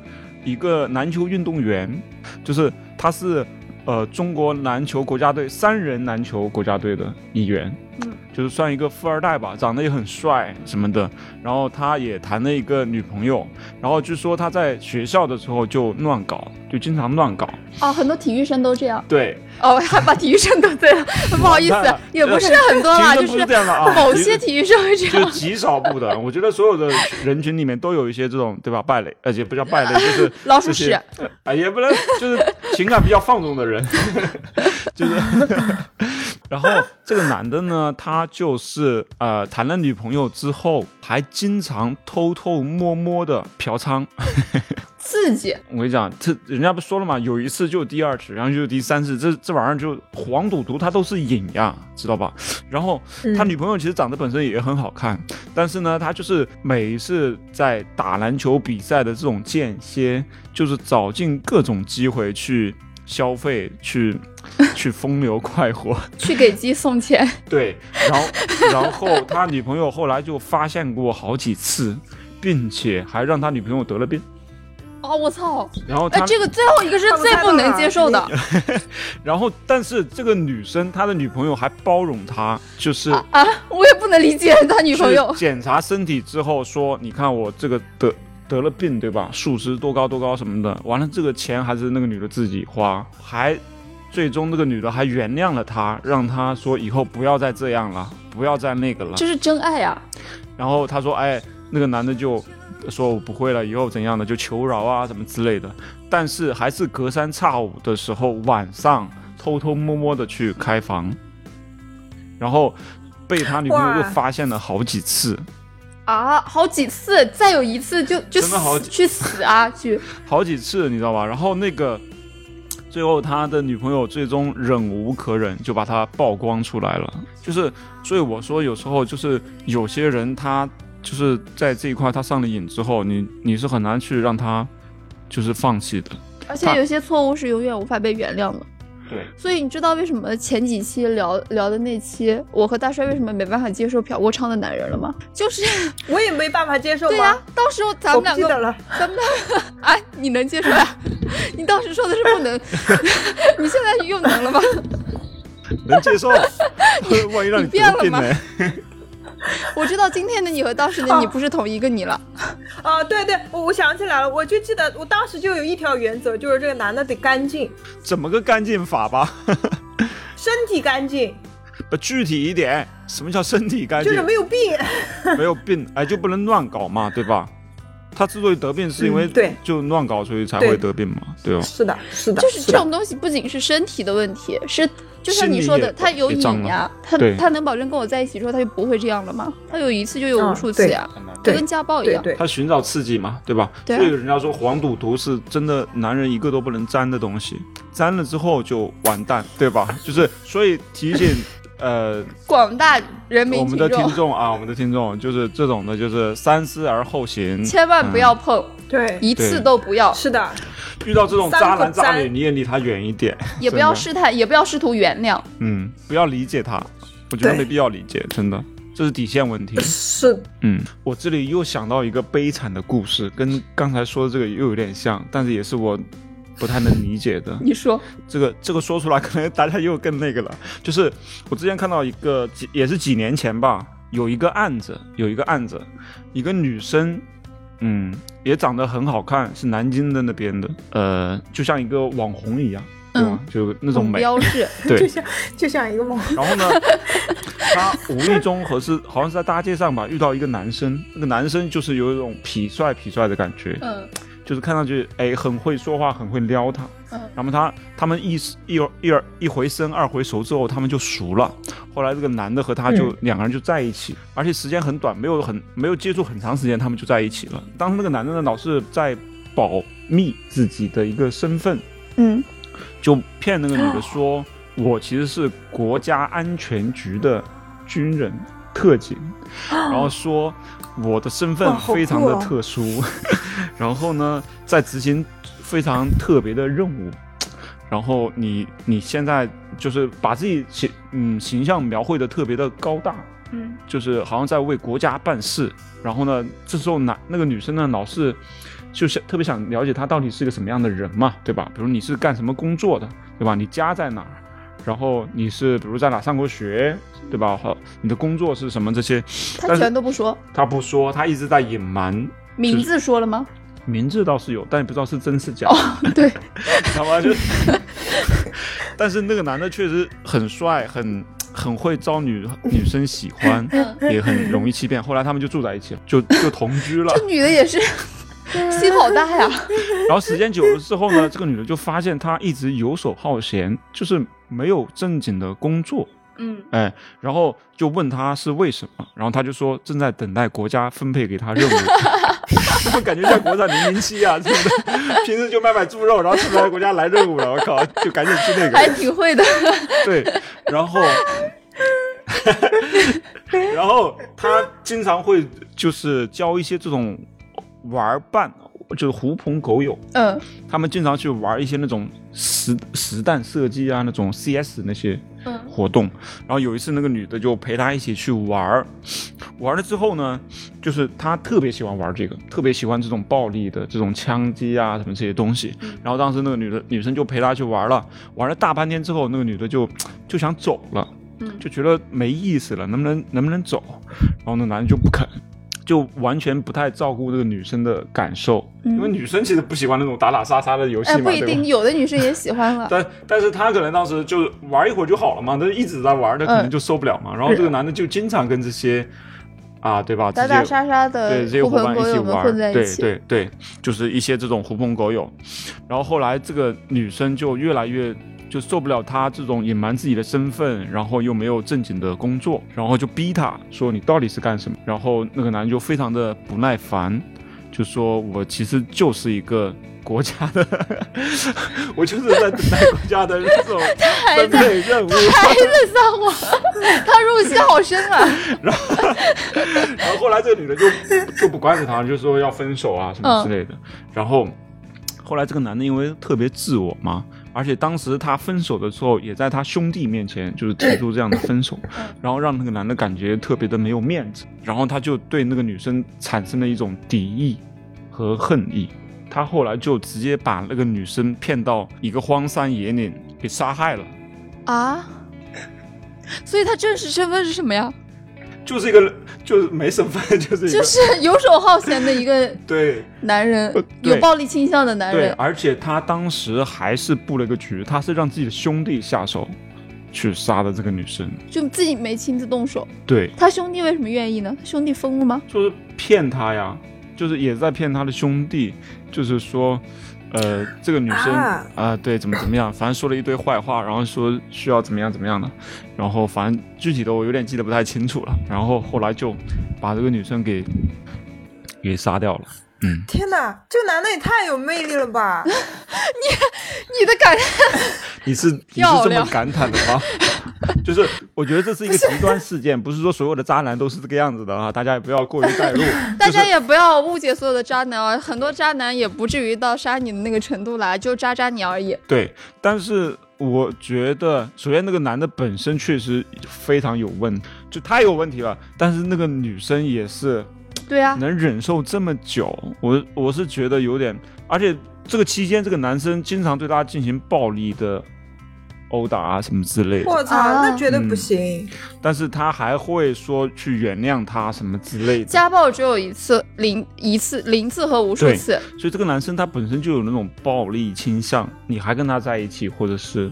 A: 一个篮球运动员，就是他是呃中国篮球国家队三人篮球国家队的一员，
B: 嗯，
A: 就是算一个富二代吧，长得也很帅什么的，然后他也谈了一个女朋友，然后据说他在学校的时候就乱搞，就经常乱搞，
B: 哦，很多体育生都这样。
A: 对，
B: 哦，还把体育生得罪了，不好意
A: 完蛋了，
B: 思也不是很多啦，
A: 其实
B: 就
A: 不
B: 是
A: 是这样的啊，
B: 某
A: 其实
B: 些体育生会这
A: 就
B: 样。
A: 极少部 的。我觉得所有的人群里面都有一些这种，对吧？败类，而且不叫败 类，就是
B: 老鼠
A: 这
B: 屎
A: 些，啊，也不能就是情感比较放纵的人， 就是。然后这个男的呢，他就是呃谈了女朋友之后，还经常偷偷摸摸的嫖娼。
B: 刺激，
A: 我跟你讲，这人家不说了嘛，有一次就第二次，然后就第三次，这这玩意儿就黄赌毒，它都是瘾呀，知道吧？然后他女朋友其实长得本身也很好看，但是呢，他就是每一次在打篮球比赛的这种间歇，就是找尽各种机会去消费，去去风流快活。
B: 去给鸡送钱，
A: 对，然后然后他女朋友后来就发现过好几次，并且还让他女朋友得了病。
B: 哦，我操！
A: 然后
B: 哎
A: 他，
B: 这个最后一个是最不能接受的。
A: 然后，但是这个女生，她的女朋友还包容他，就是
B: 啊， 我也不能理解他女朋友
A: 去。检查身体之后说，你看我这个得得了病，对吧？数值多高多高什么的，完了这个钱还是那个女的自己花，还最终那个女的还原谅了他，让他说以后不要再这样了，不要再那个了。
B: 这是真爱呀、
A: 然后他说，哎，那个男的就说我不会了，以后怎样的就求饶啊，什么之类的。但是还是隔三差五的时候晚上偷偷摸摸的去开房，然后被他女朋友又
C: 哇
A: 发现了好几次，
B: 啊！好几次，再有一次就就
A: 真的好
B: 死去死啊！去，
A: 好几次，你知道吧？然后那个最后他的女朋友最终忍无可忍，就把他曝光出来了。就是，所以我说有时候就是有些人他就是在这一块他上了瘾之后，你你是很难去让他就是放弃的。
B: 而且有些错误是永远无法被原谅的。
A: 对，
B: 所以你知道为什么前几期聊聊的那期，我和大帅为什么没办法接受嫖过娼的男人了吗？ 就是
C: 我也没办法接受
B: 对啊呀、
C: 吗？
B: 到时候咱
C: 我
B: 们两
C: 不记得
B: 个，
C: 了，
B: 咱们两个，哎，你能接受呀、 你当时说的是不能， 你现在又能了吧？
A: 能接受？万一让
B: 你
A: 你
B: 变
A: 得
B: 了
A: 病
B: 吗
A: 呢？
B: 我知道今天的你和当时的你不是同一个你了。
C: 啊，对对，我我想起来了，我就记得我当时就有一条原则，就是这个男的得干净，
A: 怎么个干净法吧？
C: 身体干净，
A: 呃具体一点，什么叫身体干
C: 就
A: 净
C: 是？没有病。
A: 没有病，哎，就不能乱搞嘛，对吧？他之所以得病，是因为
C: 嗯对
A: 就乱搞，所以才会
C: 对
A: 得病嘛，对吧？
C: 是的，是的，
B: 就
A: 啊
B: 是
C: 是
B: 这
C: 的
B: 种东西不仅是身体的问题，是就像
A: 心
B: 你
A: 理
B: 说
A: 也
B: 的，他有
A: 也
B: 你
A: 脏了
B: 呀，他
A: 对
B: 他能保证跟我在一起之后他就不会这样了吗？他有一次就有无
C: 嗯
B: 数次
C: 对
B: 呀，就
C: 对
B: 跟家暴一
C: 对
B: 样。
C: 对，
A: 他寻找刺激嘛，对吧？
B: 对啊
A: 所以人家说黄赌毒是真的，男人一个都不能沾的东西，沾了之后就完蛋，对 吧？就是所以提醒，呃，
B: 广大人 民
A: 我
B: 群
A: 们的听
B: 众
A: 众啊，我们的听众就是这种的，就是三思而后行，
B: 千万不要碰，
C: 对，
B: 一次
A: 嗯对
B: 都不要，
C: 是的，
A: 遇到这种渣男
C: 三不
A: 渣
C: 沾
A: 女，你也离他远一点，
B: 也不要
A: 真
B: 试探，也不要试图原谅。
A: 的， 嗯，不要理解他，我觉得
C: 对
A: 没必要理解，真的，这是底线问题。
C: 是
A: 嗯，我这里又想到一个悲惨的故事，跟刚才说的这个又有点像，但是也是我不太能理解的。
B: 你说
A: 这个这个说出来，可能大家又更那个了。就是我之前看到一个几也是几年前吧，有一个案子，有一个案子，一个女生，嗯，也长得很好看，是南京的那边的，呃，就像一个网红一样，对吧？就那种
B: 很
A: 美，
B: 标志，
A: 对
C: 就。像就像一个梦，
A: 然后呢， 她无意中和是好像是在大街上吧遇到一个男生，那个男生就是有一种痞帅痞帅的感觉，
B: 嗯，
A: 就是看上去哎很会说话，很会撩她。
B: 嗯
A: 然后他他们一一一二一回生二回熟之后，他们就熟了。后来这个男的和她就、两个人就在一起，而且时间很短，没有很没有接触很长时间，他们就在一起了。当时那个男的呢，老是在保密自己的一个身份，
B: 嗯，
A: 就骗那个女的说，
C: 嗯
A: 我其实是国家安全局的军人特警，然后说我的身份
C: 哦哇好酷
A: 非常的
C: 哦
A: 特殊， 然后呢，在执行非常特别的任务。然后你你现在就是把自己形嗯形象描绘的特别的高大，
B: 嗯，
A: 就是好像在为国家办事。然后呢，这时候男那个女生呢，老是就想特别想了解他到底是个什么样的人嘛，对吧？比如你是干什么工作的，对吧？你家在哪儿？然后你是比如在哪上过学，对吧？好，你的工作是什么？这些
B: 他
A: 但是
B: 全都不说，
A: 他不说，他一直在隐瞒。
B: 名字说了吗？
A: 名字倒是有，但也不知道是真是假。
B: 哦 对，
A: 他妈就， 但是那个男的确实很帅，很很会招女女生喜欢，
B: 嗯
A: 也很容易欺骗。后来他们就住在一起了，就就同居了。
B: 这女的也是心好大呀，
A: 然后时间久了之后呢，这个女的就发现他一直游手好闲，就是没有正经的工作。
B: 嗯，
A: 哎，然后就问他是为什么，然后他就说正在等待国家分配给他任务。怎 么感觉像国产零零七啊？真的， 平时就卖卖猪肉，然后突然国家来任务了，我靠，就赶紧去那个。
B: 还挺会的。
A: 对，然后， 然后他经常会就是交一些这种玩伴，就是狐朋狗友，
B: 嗯，
A: 他们经常去玩一些那种实实弹射击啊，那种 CS 那些
B: 嗯
A: 活动。然后有一次，那个女的就陪他一起去玩儿，玩了之后呢，就是他特别喜欢玩这个，特别喜欢这种暴力的这种枪击啊什么这些东西。
B: 嗯
A: 然后当时那个女的女生就陪他去玩了，玩了大半天之后，那个女的就就想走了，
B: 嗯
A: 就觉得没意思了，能不能能不能走？然后那男的就不肯。就完全不太照顾这个女生的感受，因为女生其实不喜欢那种打打杀杀的游戏
B: 哎，
A: 嘛，
B: 嗯不一
A: 对吧
B: 定，？有的女生也喜欢啊了。
A: 但但是他可能当时就玩一会儿就好了嘛，但是一直在玩，他
B: 嗯
A: 可能就受不了嘛。然后这个男的就经常跟这些啊，对吧？
B: 打
A: 这些
B: 打杀杀
A: 对
B: 的
A: 这些
B: 狐
A: 伙伴
B: 朋
A: 一
B: 狗
A: 起
B: 友们
A: 玩
B: 混在
A: 儿，对
B: 一起，
A: 对对，就是一些这种狐朋狗友。然后后来这个女生就越来越就受不了他这种隐瞒自己的身份，然后又没有正经的工作，然后就逼他说你到底是干什么？然后那个男的就非常的不耐烦，就说我其实就是一个。国家的， 我就是在等待国家的这 种分配任务。
B: 孩子上我， 他入戏好深啊！
A: 然后后来这个女的就就不惯着他，就说要分手啊什么之类的。然后后来这个男的因为特别自我嘛，而且当时他分手的时候也在他兄弟面前就是提出这样的分手，然后让那个男的感觉特别的没有面子，然后他就对那个女生产生了一种敌意和恨意。他后来就直接把那个女生骗到一个荒山野岭给杀害了。
B: 啊， 所以他真实身份是什么呀？
A: 就是一个，就是没身份， 就是一个，
B: 就是游手好闲的一个
A: 对，
B: 男人
A: 呃，对
B: 有暴力倾向的男
A: 对，
B: 人。
A: 而且他当时还是布了个局，他是让自己的兄弟下手去杀的这个女生。
B: 就自己没亲自动手，
A: 对，
B: 他兄弟为什么愿意呢？他兄弟疯了吗？
A: 就是骗他呀，就是也在骗他的兄弟，就是说，呃，这个女生啊
C: 啊、
A: 对，怎么怎么样，反正说了一堆坏话，然后说需要怎么样怎么样的，然后反正具体的我有点记得不太清楚了，然后后来就把这个女生给给杀掉了。嗯，
C: 天哪，这个男的也太有魅力了 吧！
B: 你的感
A: 你是你是
B: 漂
A: 这么
B: 亮
A: 感慨的 吗？就是我觉得这是一个极端事件，不是说所有的渣男都是这个样子的啊，大家也不要过于带入。
B: 大家也不要误解所有的渣男啊，很多渣男也不至于到杀你的那个程度啦，就渣渣你而已。
A: 对，但是我觉得，首先那个男的本身确实非常有问，就太有问题了。但是那个女生也是
B: 对啊，
A: 能忍受这么久，我我是觉得有点，而且这个期间这个男生经常对她进行暴力的殴打啊什么之类的，
C: 我操，
B: 啊
C: 那绝对
A: 嗯
C: 不行。
A: 但是他还会说去原谅她什么之类的。
B: 家暴只有一次，零一次零次和无数
A: 对
B: 次，
A: 所以这个男生他本身就有那种暴力倾向，你还跟他在一起，或者是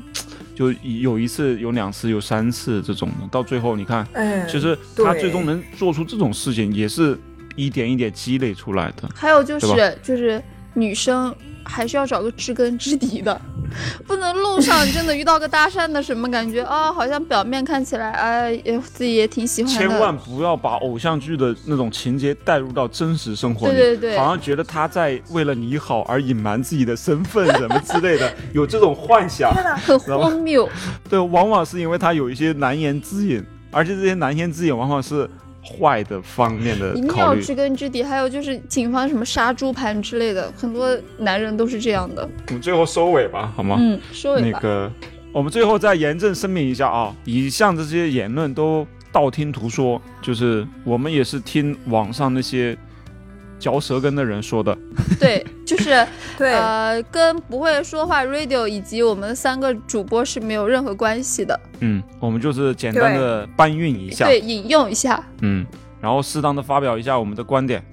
A: 就有一次、有两次、有三次这种的，到最后你看，
C: 哎，
B: 嗯
A: 其实他
C: 对
A: 最终能做出这种事情，也是一点一点积累出来的。
B: 还有就
A: 对
B: 是就是女生还是要找个知根知底的， 不能路上真的遇到个搭讪的什么感觉啊、好像表面看起来哎也自己也挺喜欢的，
A: 千万不要把偶像剧的那种情节带入到真实生活里，
B: 对对对
A: 好像觉得他在为了你好而隐瞒自己的身份什么之类的，有这种幻想。
B: 很荒谬。
A: 对，往往是因为他有一些难言之隐，而且这些难言之隐往往是坏的方面的
B: 一定
A: 呃考
B: 要
A: 虑。
B: 知根知底，还有就是谨防什么杀猪盘之类的，很多男人都是这样的。
A: 我们最后收尾吧，好吗？
B: 嗯，收尾
A: 那
B: 吧。
A: 个，我们最后再严正声明一下啊，以上这些言论都道听途说，就是我们也是听网上那些嚼舌根的人说的。
B: 对，就是
C: 对，
B: 呃，跟不会说话 radio 以及我们三个主播是没有任何关系的。
A: 嗯，我们就是简单的搬运一下，
B: 对，引用一下。
A: 嗯，然后适当的发表一下我们的观点。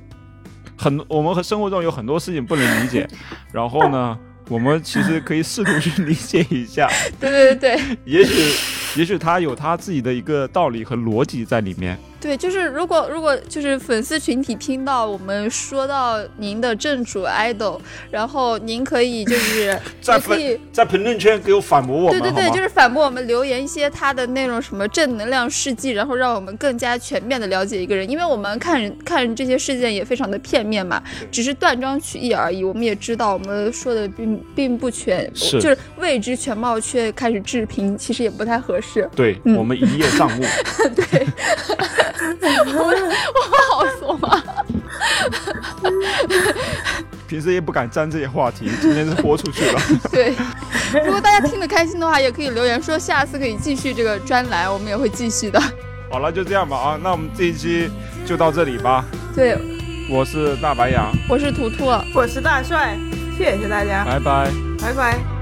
A: 很，我们和生活中有很多事情不能理 解，然后呢，我们其实可以试图去理解一 下，
B: 对对对对
A: 也许，也许他有他自己的一个道理和逻辑在里面。
B: 对，就是如果如果就是粉丝群体听到我们说到您的正主 idol，然后您可以就是
A: 在
B: 也可以
A: 评在评论圈给我反驳我们，
B: 对对对，
A: 好吗？
B: 就是反驳我们留言一些他的那种什么正能量事迹，然后让我们更加全面的了解一个人，因为我们看人看这些事件也非常的片面嘛，只是断章取义而已。我们也知道我们说的并并不全，
A: 是。
B: 就是未知全貌却开始置评，其实也不太合适
A: 对、
B: 嗯
A: 我们一叶 障目。
B: 对，我们我们好怂啊！
A: 平时也不敢沾这些话题，今天是豁出去 了。
B: 对，如果大家听得开心的话，也可以留言说下次可以继续这个专栏，我们也会继续的。
A: 好了，就这样吧啊，那我们这一期就到这里吧。
B: 对，
A: 我是大白羊，
B: 我是图图。
C: 我是大帅，谢谢大家，
A: 拜拜。
C: 拜拜。